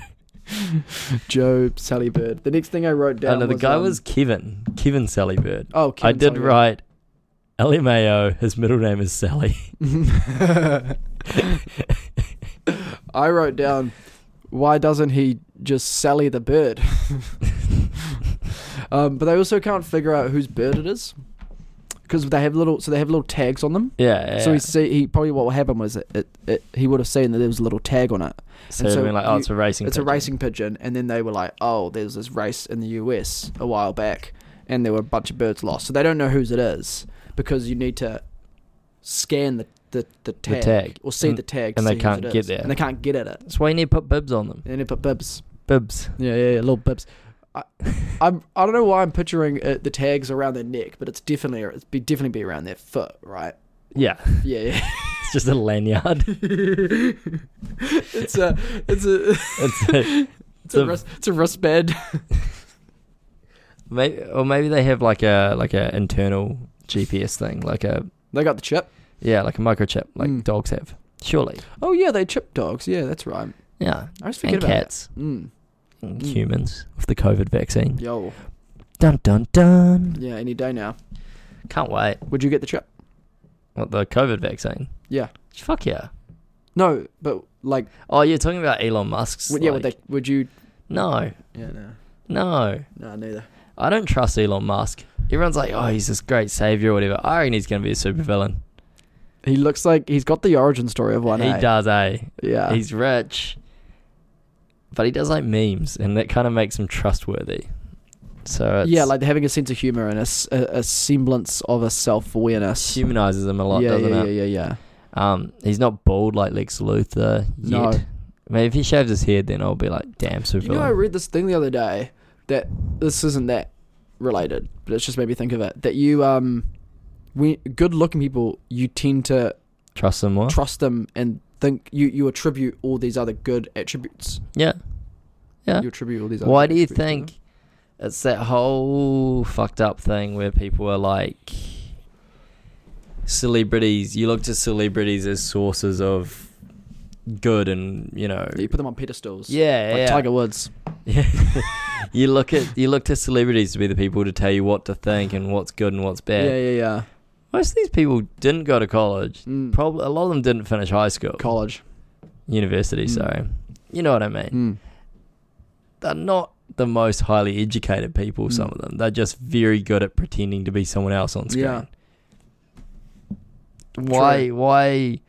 Joe Sally Bird. The next thing I wrote down.
oh, no, the
was,
guy
um,
was Kevin. Kevin Sally Bird.
Oh,
I
Kevin
did
Sally Bird.
write LMAO, his middle name is Sally.
I wrote down, why doesn't he just Sally the bird? um, but they also can't figure out whose bird it is. because they have little so they have little tags on them.
Yeah. yeah
So
yeah.
he see he probably what happened was it, it, it he would have seen that there was a little tag on it.
so,
and
it
so
went like, oh,
you-
it's a racing.
it's
pigeon.
a racing pigeon, and then they were like, oh, there's this race in the US a while back, and there were a bunch of birds lost, so they don't know whose it is because you need to scan the the, the,
The
tag,
tag.
or see
And-
the tag, to
and they
see whose
can't
it
get
is.
there.
and they can't get at it,
That's why you need to put bibs on them.
and then they put bibs.
Bibs.
Yeah, yeah, yeah little bibs. I, I'm I don't know why I'm picturing uh, the tags around their neck, but it's definitely it's be definitely be around their foot, right?
Yeah.
Yeah, yeah.
It's just a lanyard.
it's a it's a
it's a,
it's a
The-
wrist, it's a wristband.
maybe, or maybe they have like a like a internal GPS thing, like a
They got the chip.
yeah, like a microchip, like
Mm.
dogs have. Surely.
Oh yeah, they chip dogs. Yeah, that's right.
Yeah.
I just
And
forget about
cats.
that. Mm.
And
Mm.
humans with the COVID vaccine.
Yo,
Dun dun dun.
yeah, any day now.
Can't wait.
Would you get the chip?
What the COVID vaccine?
Yeah.
Fuck yeah.
No, but like,
Oh, you're talking about Elon Musk's.
would, yeah, would
like-
they? Would you?
No,
Yeah, no,
no.
no, neither.
I don't trust Elon Musk. Everyone's like, oh, he's this great savior or whatever. I reckon he's going to be a supervillain.
He looks like he's got the origin story of one.
He
eh?
does, eh?
Yeah,
He's rich, but he does like memes, and that kind of makes him trustworthy. So it's,
yeah, like having a sense of humor and a, s- a- a semblance of a self awareness.
humanizes him a lot,
yeah, yeah,
doesn't
yeah,
it?
yeah, yeah.
Um, he's not bald like Lex Luthor yet.
No.
I mean, if he shaves his head, then I'll be like, damn, supervillain.
You know, I read this thing the other day that this isn't that related, but it's just made me think of it. That you, um, when good-looking people, you tend to
Trust him more.
trust them and think you you attribute all these other good attributes.
yeah. Yeah.
You attribute all these.
Why
other
do you
attributes to them.
think it's that whole fucked up thing where people are like celebrities? You look to celebrities as sources of good, and you know,
Yeah, you put them on pedestals?
yeah,
like
yeah.
Tiger Woods.
you look at you look to celebrities to be the people to tell you what to think and what's good and what's
Yeah,
bad.
yeah, yeah.
Most of these people didn't go to college.
Mm.
Probably a lot of them didn't finish high school,
College.
university.
Mm.
Sorry, you know what I mean.
Mm.
they're not the most highly educated people. Some
Mm.
of them, they're just very good at pretending to be someone else on screen.
Yeah.
Why? Why?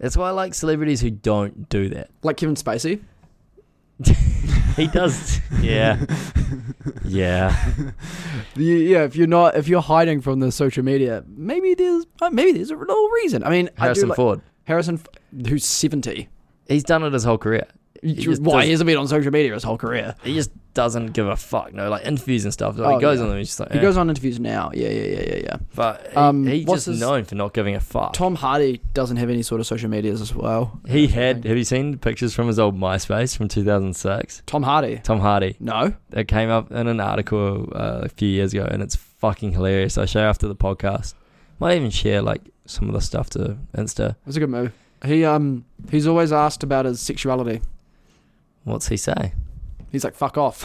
That's why I like celebrities who don't do that.
Like Kevin Spacey.
He does. yeah. Yeah.
The- Yeah, if you're not, if you're hiding from the social media, maybe there's uh, maybe there's a little reason. I mean, I do
Harrison
like-
Ford.
Harrison, F- who's seventy.
He's done it his whole career.
Why
just
he
does-
hasn't been on social media his whole career?
He just doesn't give a fuck. No, like interviews and stuff. Like,
Oh,
he goes
yeah.
on them. He's just like,
He
eh.
goes on interviews now. Yeah, yeah, yeah, yeah, yeah.
But he,
Um,
he's
what's
just
his-
known for not giving a fuck.
Tom Hardy doesn't have any sort of social medias as well.
he had. Have you seen pictures from his old MySpace from 2006?
Tom Hardy.
Tom Hardy.
No.
that came up in an article uh, a few years ago, and it's fucking hilarious. I share after the podcast. Might even share like some of the stuff to Insta.
It was a good move. He um he's always asked about his sexuality.
What's he say?
He's like, fuck off.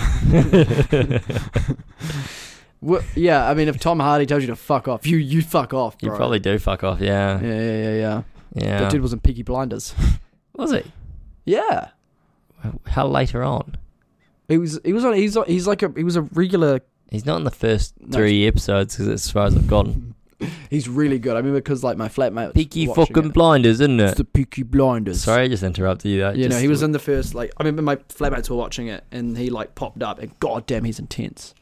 Wha- yeah, I mean, if Tom Hardy tells you to fuck off, you you fuck off.
You
bro.
probably do fuck off.
Yeah,
Yeah,
yeah, yeah, yeah.
yeah.
That dude was in Peaky Blinders.
was he?
yeah,
How later on?
he was he was on he's on, he's like a he was a regular.
He's not in the first
No.
three episodes 'cause as far as I've gotten.
He's really good. I remember because like my flatmate. was
Peaky
watching
fucking
it.
blinders, isn't
It's
it?
the Peaky Blinders.
Sorry, I just interrupted you. That
You know,
just-
he was in the first like I remember my flatmates were watching it and he like popped up and goddamn he's intense.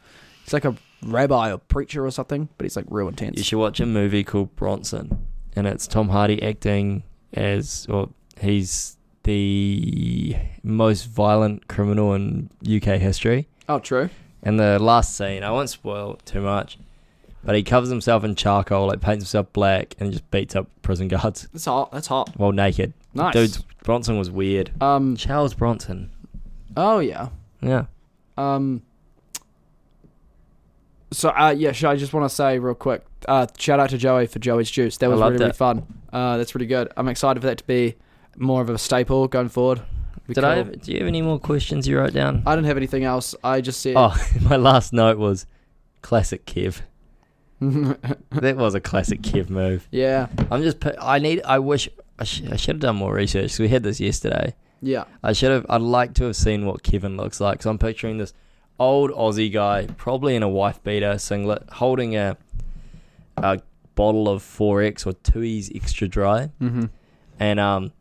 He's like a rabbi or preacher or something, but he's like real intense.
You should watch a movie called Bronson, and it's Tom Hardy acting as, or he's the most violent criminal in UK history.
oh, true.
And the last scene, I won't spoil too much, but he covers himself in charcoal, like paints himself black, and just beats up prison guards
That's hot. That's hot.
while naked.
Nice.
Dude, Bronson was weird.
Um.
Charles Bronson.
Oh yeah.
Yeah.
Um. So uh, yeah, sure, I just want to say real quick, uh, shout out to Joey for Joey's juice. That
I
was
loved
really, really
it.
fun. Uh, that's really good. I'm excited for that to be more of a staple going forward. Be
Did I?
cool.
Have, do you have any more questions you wrote down?
I didn't have anything else. I just said.
oh, my last note was classic Kev. That was a classic Kev move.
yeah.
I'm just. pi- I need. I wish. I, sh- I should have done more research 'cause we had this yesterday.
Yeah.
I should have. I'd like to have seen what Kevin looks like. Cause I'm picturing this old Aussie guy, probably in a wife beater singlet, holding a a bottle of 4X or Tui's extra dry.
Mm-hmm.
And um,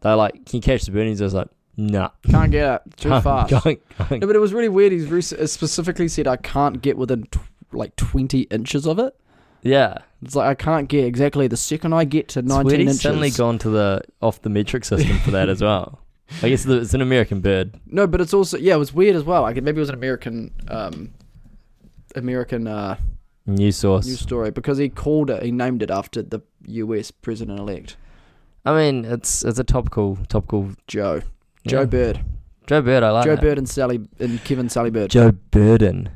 they're like, can you catch the birdies? I was like, nah.
Can't get up too
can't-
fast.
can't- can't
No, but it was really weird. He's rec- uh, specifically said I can't get within tw- like 20 inches of it.
Yeah,
It's like I can't get exactly the second I get to
it's weird
19
he's
inches.
suddenly gone to the off the metric system for that as well. I guess the, it's an American bird.
No, but it's also yeah, it was weird as well. Like maybe it was an American, um, American uh,
News source.
news story because he called it. He named it after the U.S. president elect
I mean, it's it's a topical topical.
Joe
yeah.
Joe Bird,
Joe Bird. I like
Joe
that.
Bird and Sally and Kevin Sally Bird.
Joe Burden.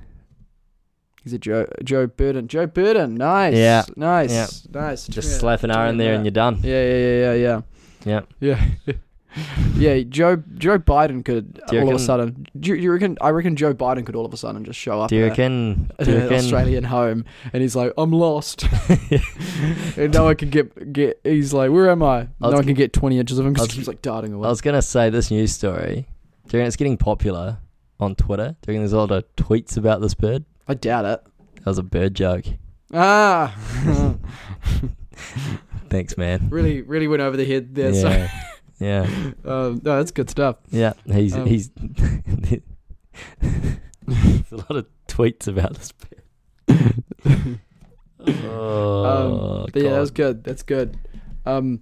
He's a Joe Joe Burden. Joe Burden. Nice.
Yeah.
Nice.
Yeah.
Nice.
Just
Yeah.
slap an R in there and you're done.
Yeah. Yeah. Yeah. Yeah.
Yeah.
Yeah. Yeah. yeah. Joe Joe Biden could
Do you
all of a
reckon-
sudden. Do you, you reckon? I reckon Joe Biden could all of a sudden just show up.
Do you
at-
reckon?
at
Do you
an
reckon?
Australian home, and he's like, "I'm lost," and no one can get get. He's like, "Where am I?"
I was
No one
gonna-
can get twenty inches of him
I
because
was-
he's like darting
I
away.
was gonna say this news story. Do you reckon it's getting popular on Twitter? Do you reckon there's a lot of tweets about this bird?
I doubt it.
That was a bird joke.
Ah,
Thanks, man.
really, really went over the head there. So,
yeah. yeah.
um, no, that's good stuff.
Yeah, he's
Um,
he's there's a lot of tweets about this. oh,
Um, But yeah, that was
God.
good. That's good. Um,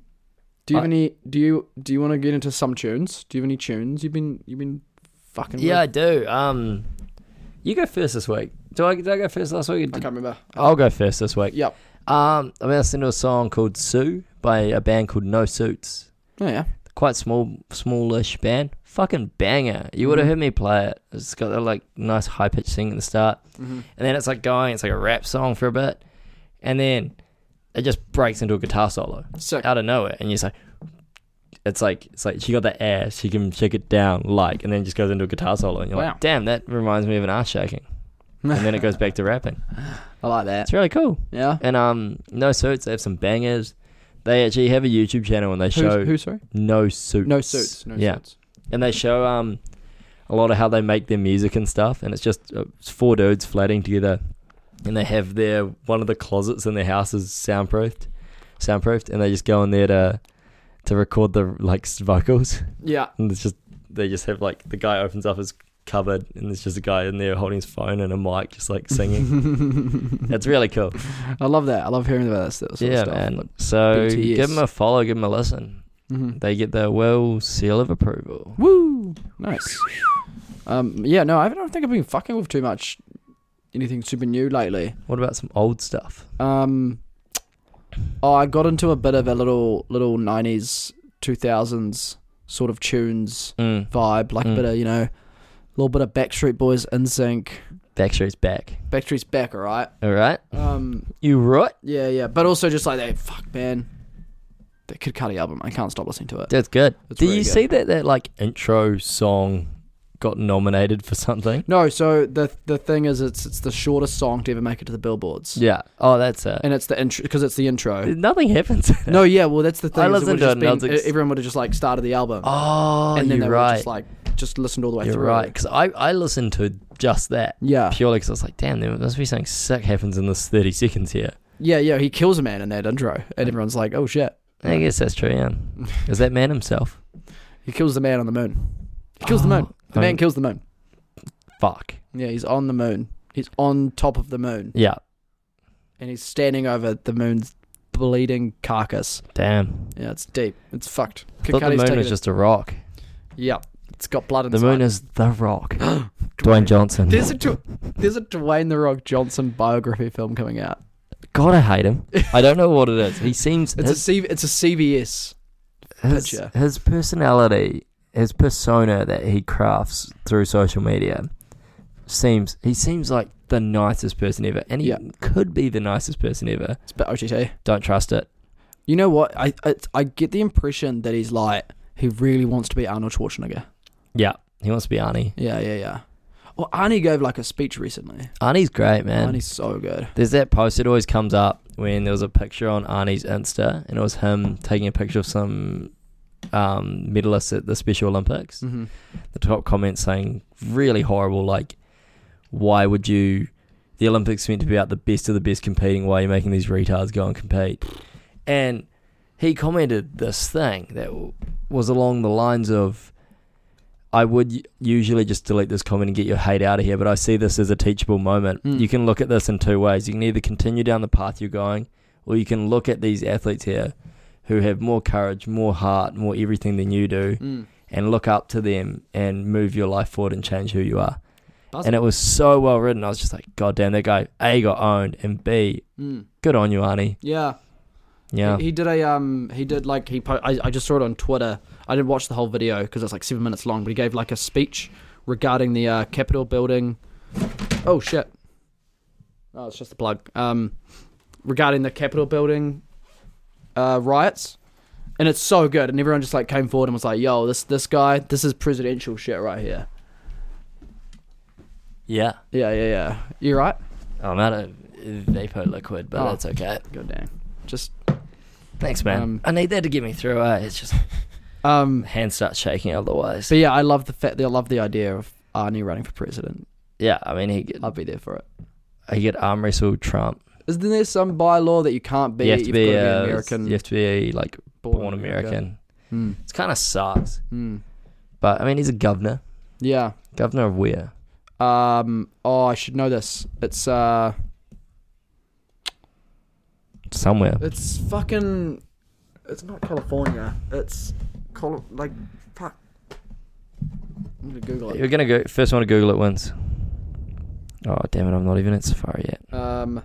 do you have
I-
any? Do you do you want to get into some tunes? Do you have any tunes you've been you've been fucking?
yeah, I
with?
do. Um, you go first this week. Do I? Did I go first last week?
I can't remember.
I'll go first this week.
Yep.
Um, I'm gonna send to a song called "Sue" by a band called No Suits.
Oh yeah.
Quite small, smallish band. Fucking banger. You would have
Mhm.
heard me play it. It's got that like nice high pitched thing at the start.
hmm
and then it's like going, it's like a rap song for a bit, and then it just breaks into a guitar solo
Sick.
out of nowhere, and you say, it's like it's like she got that ass, she can shake it down like, and then it just goes into a guitar solo, and you're
Wow.
like, damn, that reminds me of an ass shaking, and then it goes back to rapping.
I like that.
It's really cool.
Yeah.
And um, no suits, they have some bangers. They actually have a YouTube channel and they
Who's,
show
who? Sorry.
no suits.
No suits. No
yeah,
suits.
and they show um a lot of how they make their music and stuff and it's just uh, it's four dudes flatting together and they have their one of the closets in their house is soundproofed soundproofed and they just go in there to to record the like s- vocals
Yeah.
and it's just they just have like the guy opens up his cupboard and there's just a guy in there holding his phone and a mic just like singing it's really cool
I love that. I love hearing about that sort of
yeah
stuff.
man so
BTS.
give them a follow give them a listen
Mhm.
they get the well seal of approval
Woo! Nice. Um, yeah, no, I don't think I've been fucking with too much anything super new lately.
what about some old stuff
Um, oh, I got into a bit of a little little nineties, two thousands sort of tunes
mm.
vibe, like a
Mm.
bit of you know, a little bit of Backstreet Boys, NSYNC.
backstreet's back
Backstreet's back, all right.
all right
Um,
You right?
yeah, yeah, but also just like that. Fuck, man, that Kid Cudi album. I can't stop listening to it.
That's good.
That's
Did
really
you
good.
see that that like intro song got nominated for something?
No, so the the thing is, it's it's the shortest song to ever make it to the billboards,
Yeah. Oh, that's it.
and it's the intro because it's the intro.
Nothing happens.
No, yeah, well that's the thing.
I
is it
listened
would've
to
just
it and I
been- e,
was ex-
everyone would have just like started the album,
Oh,
and then
you're
they would
right.
have just like just listened all the way
you're
through.
right. Because I I listened to it just that
Yeah,
purely because I was like, damn, there must be something sick happens in this thirty seconds here.
yeah, yeah. He kills a man in that intro, and everyone's like, "Oh shit!"
I guess that's true. Yeah. Is that man himself?
He kills the man on the moon. He kills the
Oh,
moon. The man
um,
kills the moon.
Fuck.
Yeah, he's on the moon. He's on top of the moon,
Yeah.
and he's standing over the moon's bleeding carcass.
Damn.
Yeah, it's deep. It's fucked.
Thought the
Kid Cudi's
moon
taking
was
it-
just a rock.
yeah. It's got blood
The
inside.
moon is the rock. Dwayne Johnson.
There's a Dw- there's a Dwayne the Rock Johnson biography film coming out.
God, I hate him. I don't know what it is. He seems
It's
his-
a C- it's a CBS.
his,
picture.
his personality, his persona that he crafts through social media seems he seems like the nicest person ever, and he
Yeah.
could be the nicest person ever.
It's about OTT.
Don't trust it.
You know what? I, I I get the impression that he's like he really wants to be Arnold Schwarzenegger.
Yeah, he wants to be Arnie.
Yeah, yeah, yeah. Well, Arnie gave like a speech recently.
Arnie's great, man.
Arnie's so good.
There's that post that always comes up when there was a picture on Arnie's Insta, and it was him taking a picture of some um, medalists at the Special Olympics.
Mm-hmm.
the top comments saying really horrible like why would you The Olympics meant to be out the best of the best competing while you're making these retards go and compete. And he commented this thing that w- was along the lines of I would u- usually just delete this comment and get your hate out of here, but I see this as a teachable moment.
Mm.
You can look at this in two ways. You can either continue down the path you're going, or you can look at these athletes here who have more courage, more heart, more everything than you do,
Mm.
and look up to them and move your life forward and change who you are.
Buzz
And it was so well written. I was just like, God damn, that guy A got owned and B,
Mm.
good on you, Arnie.
Yeah.
Yeah.
He, he did a um. He did like he. Po- I I just saw it on Twitter. I didn't watch the whole video because it's like seven minutes long. But he gave like a speech regarding the uh, Capitol building. Oh shit! Oh, it's just a plug. Um, regarding the Capitol building, uh, riots, and it's so good. And everyone just like came forward and was like, "Yo, this this guy, this is presidential shit right here."
yeah.
Yeah, yeah, yeah. You right?
I'm out of Vapo Liquid, but
Oh.
that's okay.
God dang. Just
Thanks, man.
Um,
I need that to get me through. Eh? It's just
um.
hands start shaking otherwise.
So yeah, I love the fact. I love the idea of Arnie running for president.
yeah, I mean, he could,
I'd be there for it.
he could arm wrestle Trump.
Isn't there some bylaw that you can't be?
you have to
have
be,
got to
uh,
be American.
You have to be like born, American.
Mm,
It's kind of sucks,
mm.
but I mean, he's a governor.
Yeah.
Governor of where?
Um. Oh, I should know this. It's uh.
Somewhere.
It's fucking. It's not California. It's Col- like fuck. I'm gonna Google
You're
it.
gonna go first one to Google it wins. Oh damn it! I'm not even at Safari yet.
Um,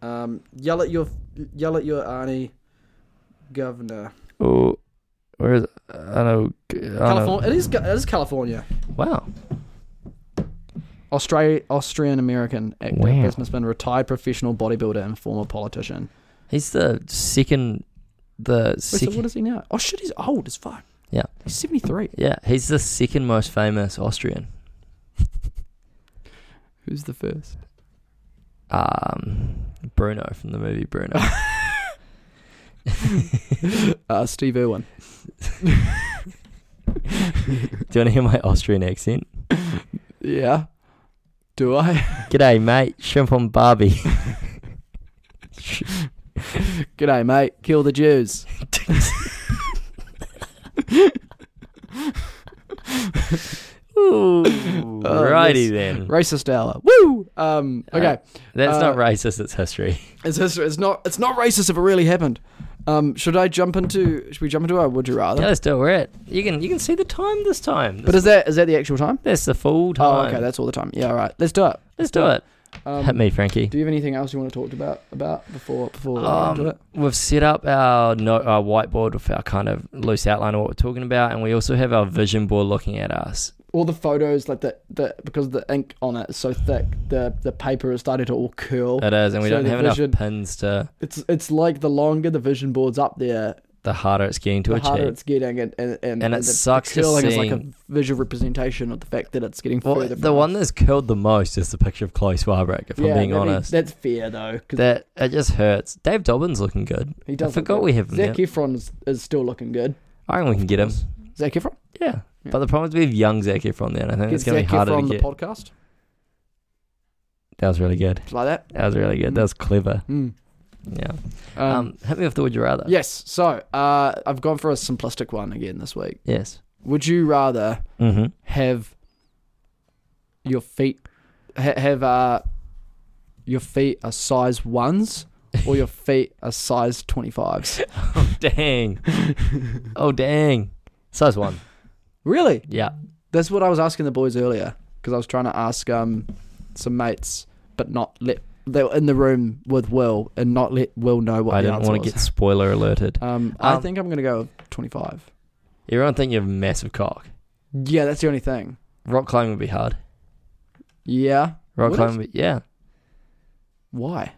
um. Yell at your yell at your Arnie, governor.
Oh, where is it? I know. I know.
California. It is. Ca- It is California.
Wow.
Australia, Austrian American actor,
Wow.
businessman, retired professional bodybuilder, and former politician.
He's the second. The
Wait, so
second.
what is he now? Oh shit, he's old as fuck.
Yeah.
he's seventy three.
yeah, he's the second most famous Austrian.
Who's the first?
Um, Bruno from the movie Bruno.
Uh, Steve Irwin.
Do you want to hear my Austrian accent?
Yeah. Do I?
G'day, mate. Shrimp on Barbie.
G'day, mate. Kill the Jews.
Ooh,
Oh,
righty
yes.
then.
Racist hour. Woo. Um. Okay.
That's not
uh,
racist. It's history.
It's it's, it's not it's not racist if it really happened. Um. Should I jump into? Should we jump into our Would you rather?
Yeah, let's do it. We're at. You can you can see the time this time.
uh, But is that is that the actual time?
That's the full
Oh,
time.
okay. That's all the time. Yeah. All right. Let's do it.
Let's do it.
Um,
Hit me, Frankie.
Do you have anything else you want to talk about about before before we do
Um,
it?
we've set up our, no, our whiteboard with our kind of loose outline of what we're talking about, and we also have our vision board looking at us.
All the photos, like the, the because the ink on it is so thick, the the paper is starting to all curl.
It is, and we
So
don't
the
have
vision-
enough pins to.
It's it's like the longer the vision board's up there,
The harder it's getting to
the harder
achieve.
it's getting, and and and,
it
the,
sucks
The
just
curling is like a
seeing-
visual representation of the fact that it's getting
Well,
further.
the
from
one
us.
that's curled the most is the picture of Chloe Swarbrick, if
yeah,
I'm being
I mean,
honest.
that's fair though. 'cause
That it just hurts. Dave Dobbin's looking good.
he does.
forgot we have him
Zach Efron is, is still looking good.
I reckon we can get him.
Zach Efron.
Yeah.
Yeah.
But the problem is we have young Zac Efron there, and I think Uh, it's
Get
going
Zac
to be harder
Efron
to
the
get.
podcast.
that was really good.
Just like that.
That was really good. That was clever.
Mm.
Yeah. Um,
Um,
hit me with the would you rather.
Yes. So uh, I've gone for a simplistic one again this week.
Yes.
Would you rather
Mm-hmm.
have your feet ha- have uh, your feet are size ones or your feet are size twenty fives?
Dang. oh, dang. Size one.
Really?
Yeah.
That's what I was asking the boys earlier because I was trying to ask um, some mates, but not let they were in the room with Will and not let Will know what
I
the
didn't
answer
want to
was.
get spoiler alerted.
Um, I
Um,
think I'm gonna go twenty five.
Everyone think you have a massive cock.
Yeah, that's the only thing.
Rock climbing would be hard.
Yeah. Would
Rock
it?
climbing, would be, yeah.
Why?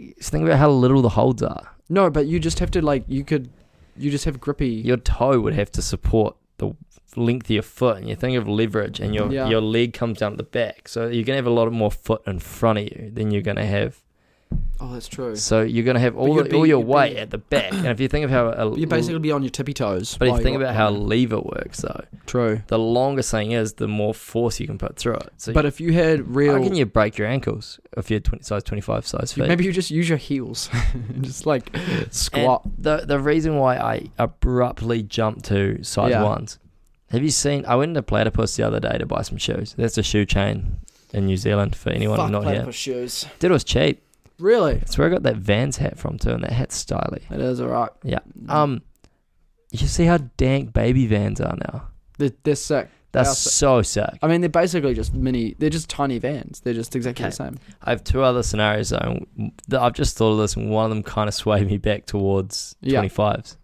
Just think about how little the holds are.
No, but you just have to like you could, you just have grippy.
Your toe would have to support the length of your foot, and you think of leverage, and your
Yeah.
your leg comes down at the back. So you're gonna have a lot more foot in front of you than you're gonna have
Oh, that's true.
So you're gonna have all
you'd
the, all
be-
your
you'd be-
weight at the back, and if you think of how a,
You'd basically be on your tippy toes.
but if
while
you think
you're
about how a
running.
lever works though,
true.
the longer thing is, the more force you can put through it. So
But if you had
you, how
real,
can you break your ankles if you're 20, size 25, size
you-
feet?
maybe you just use your heels, just like
And
squat.
the the reason why I abruptly jumped to size
Yeah.
ones. Have you seen? I went into Platypus the other day to buy some shoes. That's a shoe chain in New Zealand for anyone
Fuck
not here.
platypus shoes.
Dude, it was cheap.
Really?
That's where I got that Vans hat from too, and that hat's stylish.
It is alright.
Yeah. Um, you see how dank baby Vans are now?
they're, they're sick.
They're
They are
so sick.
I mean, they're basically just mini. They're just tiny vans. They're just exactly the same.
I have two other scenarios though. and th- I've just thought of this, and one of them kind of swayed me back towards
Yeah.
25s.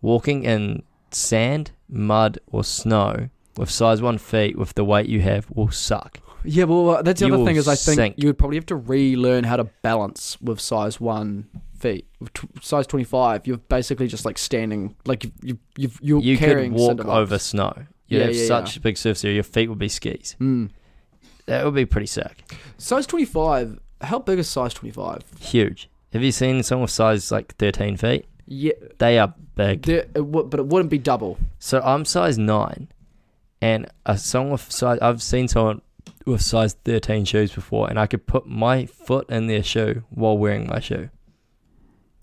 Walking in sand, mud, or snow with size one feet with the weight you have will suck.
Yeah, well, uh, that's the
You
other
will
thing is I think
sink.
you would probably have to relearn how to balance with size one feet. With t- size twenty five, you're basically just like standing, like you you you've, you're
you could
carrying
walk
cinder blocks.
over snow. You'd
Yeah,
have
yeah,
such
yeah.
a big surface area. Your feet would be skis.
Mm.
That would be pretty sick.
Size twenty five. How big is size twenty five?
Huge. Have you seen someone with size like 13 feet?
Yeah,
They are big.
there, it w- but it wouldn't be double.
So I'm size nine, and a song with size I've seen someone with size thirteen shoes before, and I could put my foot in their shoe while wearing my shoe.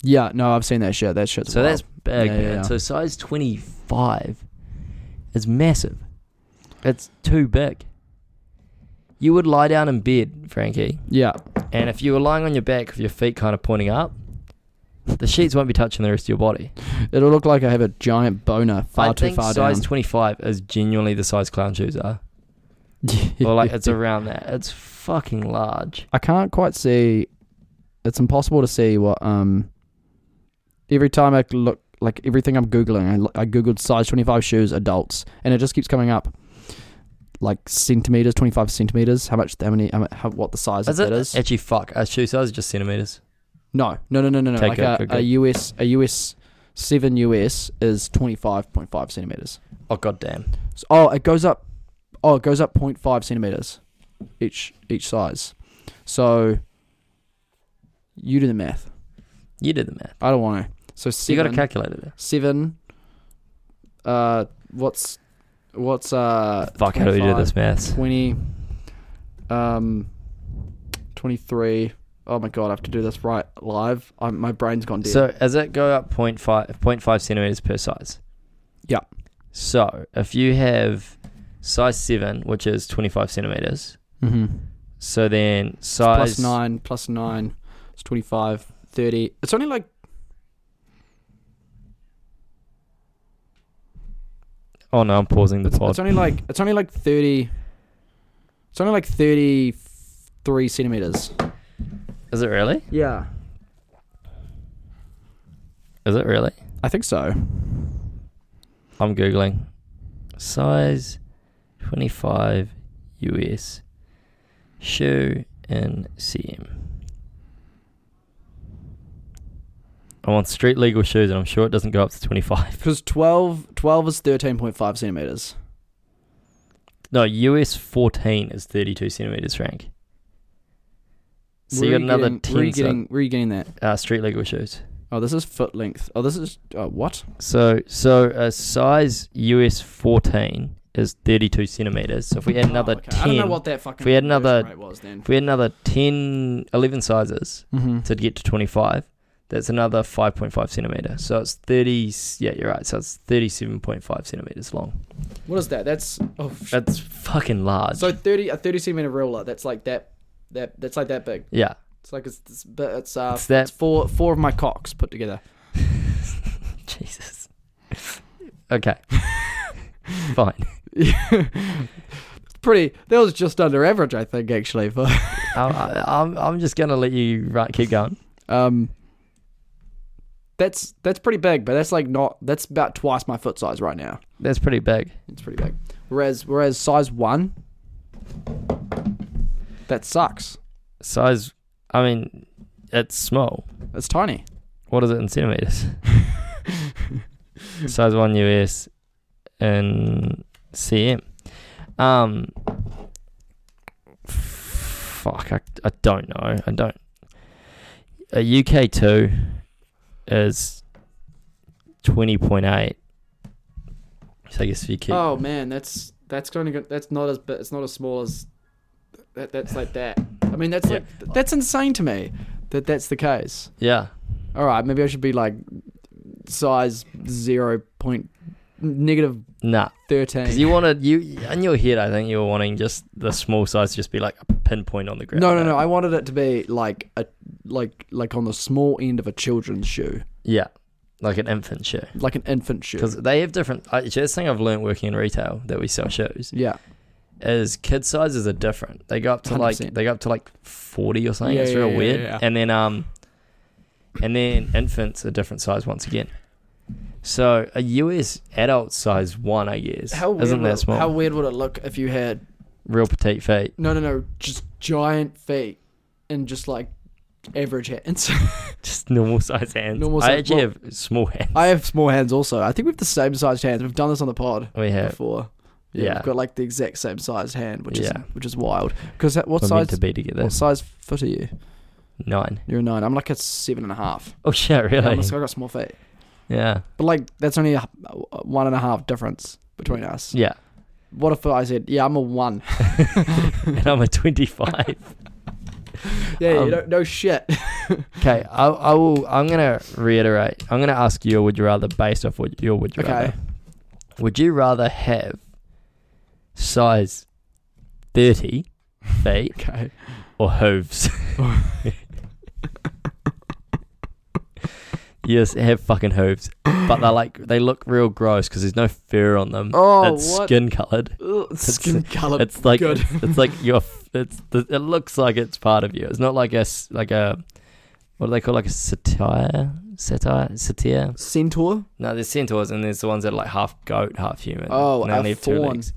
Yeah, no, I've seen that shit. That shit's
so
wild.
that's big,
Yeah,
man.
yeah, yeah.
So size twenty five is massive. It's too big. You would lie down in bed, Frankie,
yeah.
and if you were lying on your back with your feet kind of pointing up, the sheets won't be touching the rest of your body.
It'll look like I have a giant boner far
I
too
think
far
size
down.
25 is genuinely the size clown shoes are. Well, like it's around that. It's fucking large.
I can't quite see. It's impossible to see what. Um, every time I look, like everything I'm googling, I, lo- I googled size 25 shoes adults, and it just keeps coming up, like centimeters, 25 centimeters. How much? How many? How, mu- how what the size
Is
of
it,
that is?
actually fuck? A shoe size is just centimeters.
No, no, no, no, no, no.
Take
Like
a-
a,
good,
a
good.
US, a US seven US is 25.5 centimeters.
Oh goddamn!
So, oh, it goes up. Oh, it goes up 0.5 centimeters, each each size. So you do the math.
You did the math.
I don't want to. So
You got
seven.
a calculator there.
seven. Uh, what's what's uh?
Fuck, how do we do
25,
this maths?
Twenty. Um, twenty-three. Oh my god, I have to do this right live. I'm, my brain's gone dead.
So as it go up 0.5, 0.5 centimeters per size.
Yeah.
So if you have size seven, which is twenty five centimeters,
mm-hmm.
so then size
plus nine, plus nine. It's twenty-five, thirty. It's only like
Oh no, I'm pausing the
it's,
pod.
it's only like it's only like thirty. It's only like thirty-three centimeters.
is it really?
Yeah,
Is it really?
I think so.
I'm googling size 25 US shoe in CM. I want street legal shoes, and I'm sure it doesn't go up to 25.
Because 12, 12 is thirteen point five centimeters.
No, US 14 is 32 centimeters, Frank. So you
Where are
got another
getting,
10
Where are you
cent-
getting? Where are you getting that?
uh, street legal shoes.
Oh, this is foot length. Oh, this is uh, what?
So, so a size US 14 is 32 centimeters. So if we add another
Oh, okay.
10,
I don't know what that fucking.
if we had another-
conversion Rate was then.
if we had another 10, 11 sizes,
Mm-hmm.
to get to 25 that's another 5.5 centimeter so it's 30 yeah you're right so it's 37.5 centimeters long
What is that? That's oh. sh-
that's fucking large
So thirty a thirty centimeter ruler. That's like that. That that's like that big.
yeah
It's like it's it's, but it's uh
It's that-
it's four four of my cocks put together.
jesus okay fine
Pretty. That was just under average, I think, actually. For
I'm, I'm, I'm just gonna let you right keep going
um. That's that's pretty big, but that's like not. That's about twice my foot size right now.
that's pretty big
It's pretty big. Whereas whereas size one, that sucks.
size i mean it's small
It's tiny.
what is it in centimeters size 1 us in cm um fuck I, I don't know i don't A UK two is twenty point eight. So I guess if you keep
Oh man, that's that's going to that's not as bi- it's not as small as that. That's like that. I mean, that's
Yeah.
like th- that's insane to me that that's the case.
yeah,
All right, maybe I should be like size zero point negative
nah,
thirteen.
because you wanted you in your head. I think you were wanting just the small size to just be like a pinpoint on the ground.
no, no, no. I wanted it to be like a like like on the small end of a children's shoe,
yeah, like an infant shoe.
like an infant shoe.
Because they have different. Actually, this thing I've learned working in retail that we sell shoes
Yeah,
is kid sizes are different. They go up to like
100%.
they go up to like forty or something.
Yeah,
it's real
yeah, yeah,
weird.
yeah.
And then um, and then infants are different size once again. So a US adult size one, I guess,
how weird
isn't
would
that
it-
small?
How weird would it look if you had
real petite feet.
No, no, no. Just giant feet and just like average hands.
Just normal size hands.
Normal
I
size-
actually
well-
have small hands.
I have small hands also. I think we have the same sized hands. We've done this on the pod
we have.
before. Yeah,
Yeah.
we've got like the exact same sized hand, which
Yeah.
is which is wild. Because what
We're
size?
meant to be together.
What size foot are you?
Nine.
You're a nine. I'm like a seven and a half.
Oh shit,
Yeah,
really?
I'm- I got small feet,
Yeah.
but like that's only a, a one and a half difference between us.
Yeah.
What if I said, yeah, I'm a one?
and I'm a twenty-five.
Yeah, you
Um,
don't, no shit.
Okay, I, I will. I'm gonna reiterate. I'm gonna ask you. a Would you rather based off what your would you
Okay.
rather? Would you rather have size thirty feet
okay.
or hooves? yes, have fucking hooves, but they're like they look real gross because there's no fur on them.
Oh,
it's
what?
skin colored.
Ugh, skin color.
It's like
good.
it's, it's like your. f- It's the, it looks like it's part of you. It's not like a s- like a what do they call like a satire satire satire.
Centaur.
No, there's centaurs and there's the ones that are like half goat, half human.
Oh,
and they
a
only have two
fawn.
legs.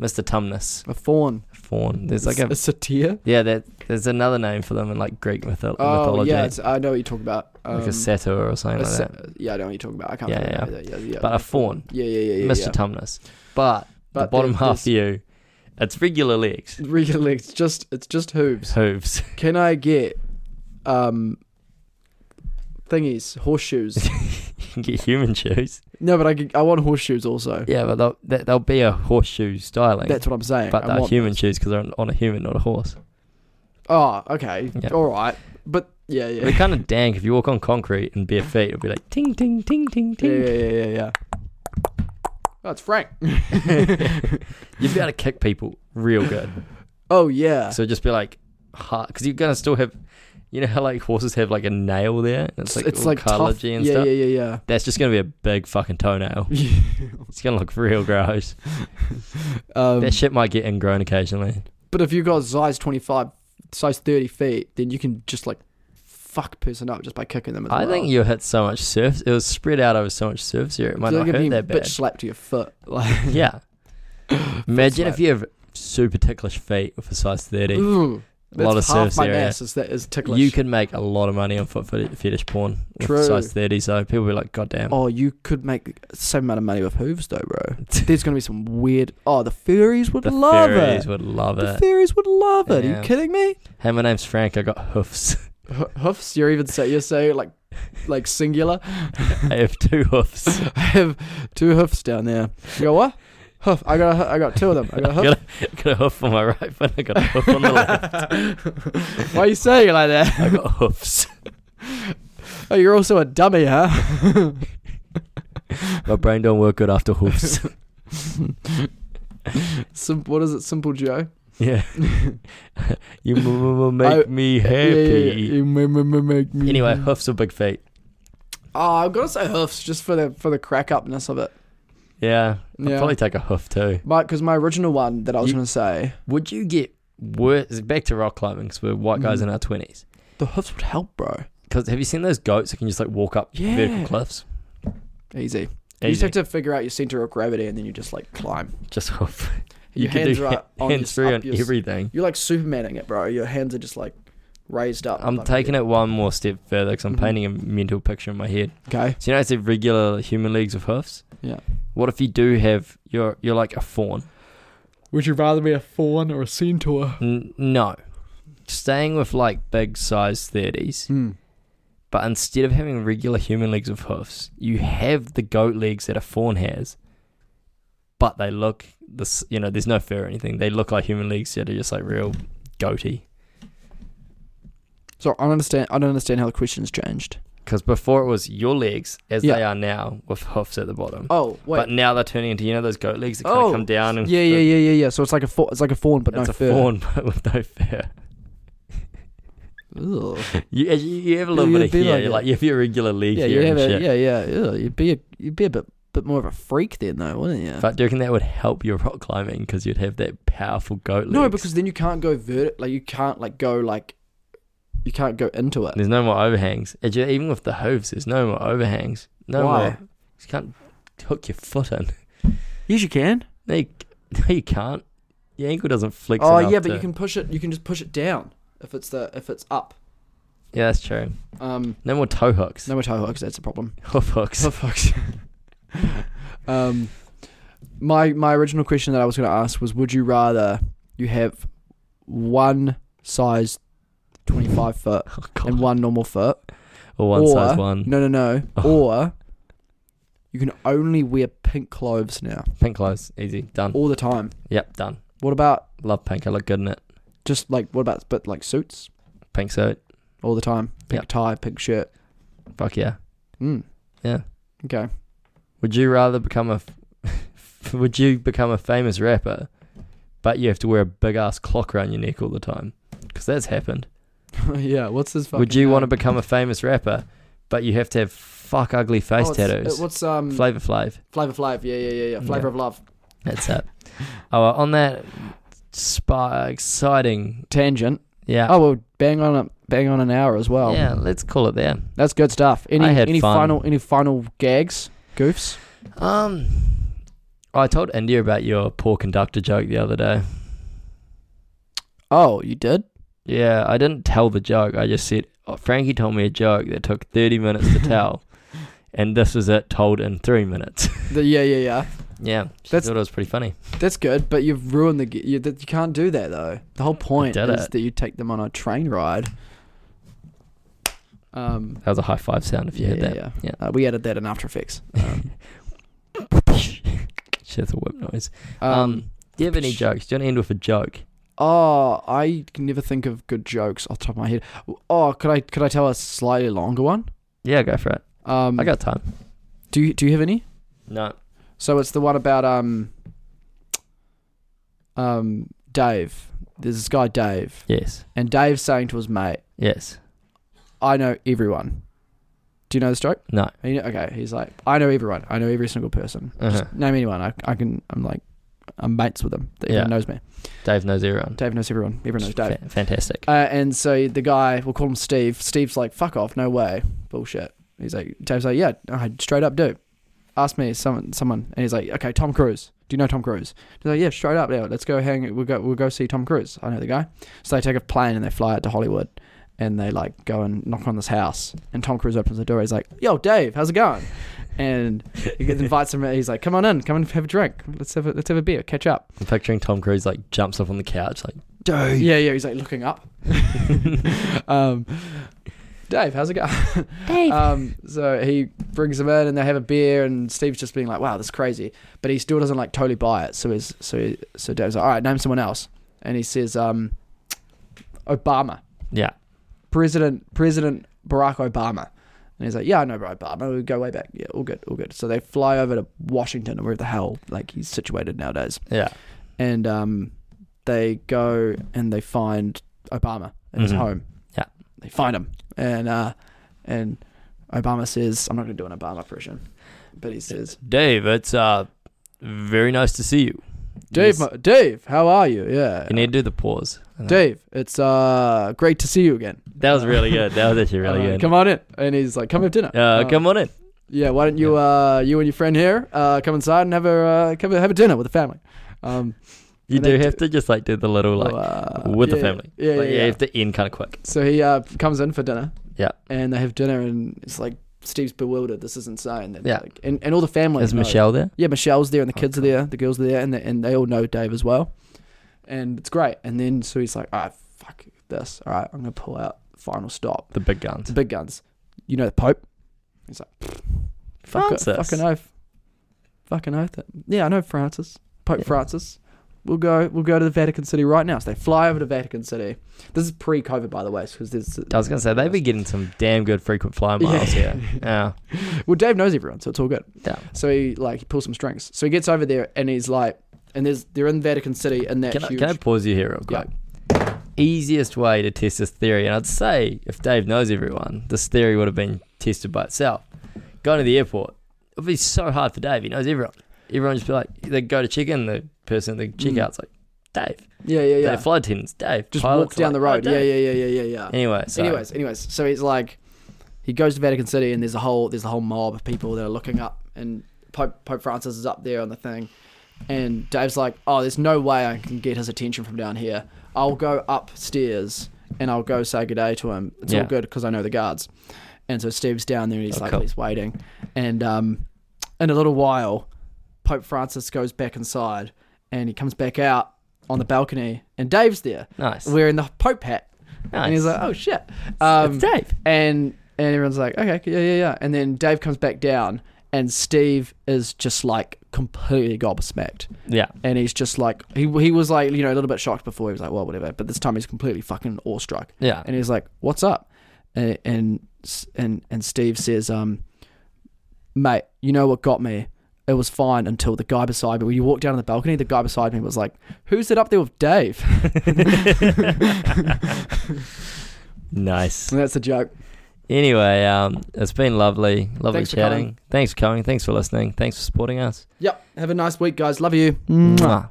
Mr. Tumnus,
A fawn.
fawn. There's like
a,
a
satyr.
yeah. There, there's another name for them in like Greek mytho-
Oh
mythology,
yeah, it's, I know what you're talking about. Um,
like a satyr or something
a
like
sa-
that.
yeah, I know what you're talking about. I can't.
Yeah,
remember that. yeah, yeah.
But a fawn,
yeah, yeah, yeah, yeah.
Mr.
yeah.
Tumnus. But, the
But
bottom
there-
half of you, it's regular legs,
Really, it's just it's just hooves.
hooves.
Can I get um thingies, horseshoes?
you can get human shoes.
no, but I could- I want horseshoes also.
Yeah, but they'll they- they'll be a horseshoe styling.
That's what I'm saying.
but
I
they're
want
human
those.
shoes because they're on- on a human, not a horse.
Oh, okay.
Yeah.
All right. But yeah, yeah.
They're kind of dank. If you walk on concrete and bare feet, it'll be like ting ting ting ting
yeah,
ting.
yeah, yeah, yeah, yeah. Oh, it's Frank.
You'd be able to kick people real good.
Oh yeah.
So just be like, because you're gonna still have, you know how like horses have like a nail there. And it's like it's like
tough.
cartilage and
yeah,
stuff.
yeah, yeah,
That's just gonna be a big fucking toenail.
yeah.
It's gonna look real gross.
um,
that shit might get ingrown occasionally.
But if you got size 25, size 30 feet, then you can just like fuck a person up just by kicking them. As
I
well.
think you hit so much surf. It was spread out over so much surface area. It might
So
not
they're
hurt
giving you
that
a bitch
bad.
slap to your foot. Like,
Yeah. Imagine if
slap.
you have super ticklish feet with a size thirty.
ooh,
a lot of
that's half
surface
my
area.
mass is that is ticklish.
You can make a lot of money on foot fet- fetish porn with
True.
size 30, so people be like, God damn.
oh, you could make the same amount of money with hooves though, bro. There's gonna be some weird. Oh, the furries would
the
love
fairies
it.
would love
the
it.
fairies would love it. Are
Yeah.
you kidding me?
Hey, my name's Frank. I got hoofs.
H- hoofs? You're even say you're saying like like singular.
I have two hoofs.
I have two hoofs down there. You go what? Hoof. I got a, hoo- I got two of them. I got a hoof.
got, a, got a hoof on my right foot. I got a hoof on the left.
Why are you saying it like that?
I got hoofs.
Oh, you're also a dummy, huh?
My brain don't work good after hoofs.
Sim- what is it? Simple Joe.
yeah. you m- m- m- make
I-
me
Yeah, yeah, yeah.
happy.
You ma- ma- ma- make me-
Anyway, hoofs are big feet.
Oh, I've got to say hoofs just for the for the crack upness of it.
Yeah. I'd
Yeah.
probably take a hoof too.
My because my original one that I was
You-
gonna say
Would you get worse? Back to rock climbing because we're white guys
Mhm.
in our 20s.
the hoofs would help, bro.
Because have you seen those goats that can just like walk up vertical
Yeah.
cliffs?
Easy. You just
Easy.
have to figure out your center of gravity and then you just like climb.
Just hoof.
Your
you can
hands
do
are
ha-
up on your-
hands free
up
on
your-
everything.
You're like Supermaning it, bro. Your hands are just like raised up.
I'm
like-
taking it one more step further because I'm
Mhm.
painting a mental picture in my head.
Okay.
So you know, it's a regular human legs with hoofs.
Yeah.
What if you do have you're you're like a fawn?
Would you rather be a fawn or a centaur?
N- no, staying with like big size thirties,
Hmm.
But instead of having regular human legs with hoofs, you have the goat legs that a fawn has. But they look this, you know, there's no fur or anything. They look like human legs that are just like real goaty.
So I don't understand. I don't understand how the question's changed.
Because before it was your legs as they
Yeah.
are now with hoofs at the bottom.
Oh wait.
But now they're turning into you know those goat legs that kind
Oh,
of come down and
yeah, yeah, yeah, yeah, yeah. So it's like a fa- it's like a fawn, but
But it's
no
a
fur.
fawn but with no fur.
Ugh.
You, you, you have a little
You'd
bit of
be
hair,
like
like,
a-
if you're regular league
Yeah,
hair
you'd have
and
a,
shit.
yeah, yeah, yeah. You'd be a you'd be a bit bit more of a freak then though, wouldn't you?
But do you reckon that would help your rock climbing because you'd have that powerful goat legs?
no, because then you can't go vert. Like you can't like go like you can't go into it.
there's no more overhangs. And you- Even with the hooves, there's no more overhangs. No
Why?
more. You can't hook your foot in.
Yes, you can.
No, you, no, you can't. Your ankle doesn't flex.
Oh
enough
yeah, but
to-
you can push it. You can just push it down if it's the if it's up.
Yeah, that's true.
Um,
No more toe hooks.
no more toe hooks. That's a problem.
Hoof hooks.
Oh fuck. um, my my original question that I was going to ask was: Would you rather you have one size twenty five foot
Oh, God.
and one normal foot?
or one
or-
size one.
No, no, no.
Oh.
Or you can only wear pink clothes now
Pink clothes. Easy. Done.
all the time.
Yep, done.
What about
Love pink. I look good in it.
just like what about but like suits
Pink suit.
all the time? Pink
Yep.
tie, pink shirt.
Fuck yeah.
Mm.
Yeah.
Okay.
Would you rather become a f- would you become a famous rapper, but you have to wear a big ass clock around your neck all the time? Because that's happened.
yeah. What's this?
would you want to become a famous rapper, but you have to have fuck
Oh,
ugly face tattoos?
What's um
Flavor Flav.
Flavor Flav? Yeah, yeah, yeah, yeah. Flavor
Yeah.
of Love.
That's it. oh, well, on that spa exciting.
Tangent.
Yeah.
Oh well, bang on a bang on an hour as well.
yeah. Let's call it there.
that's good stuff. Any
I had
any
fun.
final any final gags, goofs?
Um, I told India about your poor conductor joke the other day.
Oh, you did.
Yeah, I didn't tell the joke. I just said oh, Frankie told me a joke that took 30 minutes to tell, and this was it told in three minutes.
The, yeah, yeah, yeah.
yeah, she
That's-
thought it was pretty funny.
That's good, but you've ruined the. g- You, that you can't do that though. The whole point
did
is
it.
that you take them on a train ride. Um,
That was a high five sound if you
yeah,
heard that.
yeah,
Yeah.
Uh, we added that in After Effects. Um,
Shit, that's a whip noise. Um,
um,
do you have any jokes? Do you want to end with a joke?
oh, I can never think of good jokes off the top of my head. Oh, could I could I tell a slightly longer one?
Yeah, go for it.
Um,
I got time.
do you, do you have any?
No.
So it's the one about um um Dave. There's this guy Dave,
Yes.
and Dave's saying to his mate,
Yes.
"I know everyone." Do you know the stroke?
No.
And you know- okay, he's like, "I know everyone. I know every single person.
Uh-huh.
Just name anyone. I, I can. I'm like, I'm mates with them. Everyone
Yeah.
knows me.
Dave knows everyone.
Dave knows everyone. Everyone knows Dave."
Fa- fantastic.
Uh, and so the guy, we'll call him Steve. Steve's like, "Fuck off, no way, bullshit." He's like, Dave's like, "Yeah, I straight up do." Ask me someone, someone, and he's like, "Okay, Tom Cruise. Do you know Tom Cruise?" He's like, "Yeah, straight up. Yeah, let's go hang. We'll go. We'll go see Tom Cruise. I know the guy." So they take a plane and they fly out to Hollywood, and they like go and knock on this house. And Tom Cruise opens the door. He's like, "Yo, Dave, how's it going?" And he gets- invites him. He's like, "Come on in. Come and have a drink. Let's have a, let's have a beer. Catch up."
I'm picturing Tom Cruise like jumps up on the couch like, Dave.
Yeah, yeah. He's like looking up. um, Dave, how's it going? Dave. um, so he brings him in and they have a beer, and Steve's just being like, "Wow, this is crazy," but he still doesn't like totally buy it. So he's so he, so Dave's like, "All right, name someone else," and he says, um, "Obama,
Yeah.
President President Barack Obama." And he's like, yeah, I know Barack Obama. We go way back. Yeah, all good, all good. So they fly over to Washington, or where the hell like he's situated nowadays
Yeah.
and um, they go and they find Obama in his
Mhm.
home.
Yeah.
they find him, and uh, and Obama says, "I'm not going to do an Obama impression," but he says,
Dave, it's uh very nice to see you.
"Dave,
Yes.
my, Dave, how are you? Yeah,
you need to do the pause.
Dave, it's uh great to see you again.
That was really good. That was actually really
Uh,
good.
Come on in." And he's like, "Come have dinner."
Uh, come Oh, on in.
Yeah, why don't you uh you and your friend here uh come inside and have a uh, come have a dinner with the family. Um,
You
and they
do
do-
have to Oh, just like do the little like
uh,
with the
yeah,
family.
Yeah,
Like,
yeah,
You
yeah.
have to end kind of quick.
So he uh, comes in for dinner.
Yeah.
And they have dinner, and it's like Steve's bewildered. This is insane. That,
Yeah.
like- and, and all the family.
Is
know.
Michelle Oh, there?
Yeah, Michelle's there, and the kids are there, the girls are there, and they, and they all know Dave as well. And it's great. And then "Ah, so he's like, all right, fuck this. All right, I'm gonna pull out final stop.
The big guns.
It's big guns. you know the Pope? He's like, "Pfft, fuck it,
Francis.
fucking oath, fucking oath. it." Yeah, I know Francis, Pope
Yeah.
Francis. We'll go. We'll go to the Vatican City right now. So they fly over to Vatican City. This is pre-COVID, by the way, because there's.
I was gonna say they've been getting some damn good frequent flyer
Yeah.
miles here. Yeah.
Well, Dave knows everyone, so it's all good.
Yeah.
So he like he pulls some strings. So he gets over there and he's like, and there's they're in Vatican City and that
Can I,
huge.
can I pause you here real
Yeah.
quick? Easiest way to test this theory, and I'd say if Dave knows everyone, this theory would have been tested by itself. Going to the airport, it would be so hard for Dave. He knows everyone. Everyone just be like, they go to check in, the person at the checkout's like, Dave.
yeah, yeah, Mm. yeah.
Dave, flight attendants, Dave.
Just walk
Pilots are
down the
like,
road.
"Oh,
yeah,
Dave."
yeah, yeah, yeah, yeah, yeah.
Anyway, so
Anyways, anyways, so he's like, he goes to Vatican City, and there's a whole there's a whole mob of people that are looking up, and Pope Pope Francis is up there on the thing, and Dave's like, oh, there's no way I can get his attention from down here. I'll go upstairs and I'll go say good day to him. It's
Yeah.
all good because I know the guards. And so Steve's down there and he's
Oh,
like,
cool.
he's waiting, and um, in a little while, Pope Francis goes back inside, and he comes back out on the balcony, and Dave's there
nice.
wearing the Pope hat.
nice.
And he's like, "Oh shit!" Um,
it's Dave.
and and everyone's like, "Okay, yeah, yeah, yeah." And then Dave comes back down, and Steve is just like completely gobsmacked,
Yeah.
and he's just like, he he was like, you know, a little bit shocked before. He was like, "Well, whatever," but this time he's completely fucking awestruck,
Yeah.
and he's like, "What's up?" And and s- and, and Steve says, "Um, mate, you know what got me." It was fine until the guy beside me. When you walked down on the balcony, the guy beside me was like, "Who's it up there with Dave?"
nice.
And that's a joke.
Anyway, um, it's been lovely, lovely
Thanks for
chatting.
coming.
Thanks for coming. Thanks for listening. Thanks for supporting us.
Yep. Have a nice week, guys. Love you.
Mwah.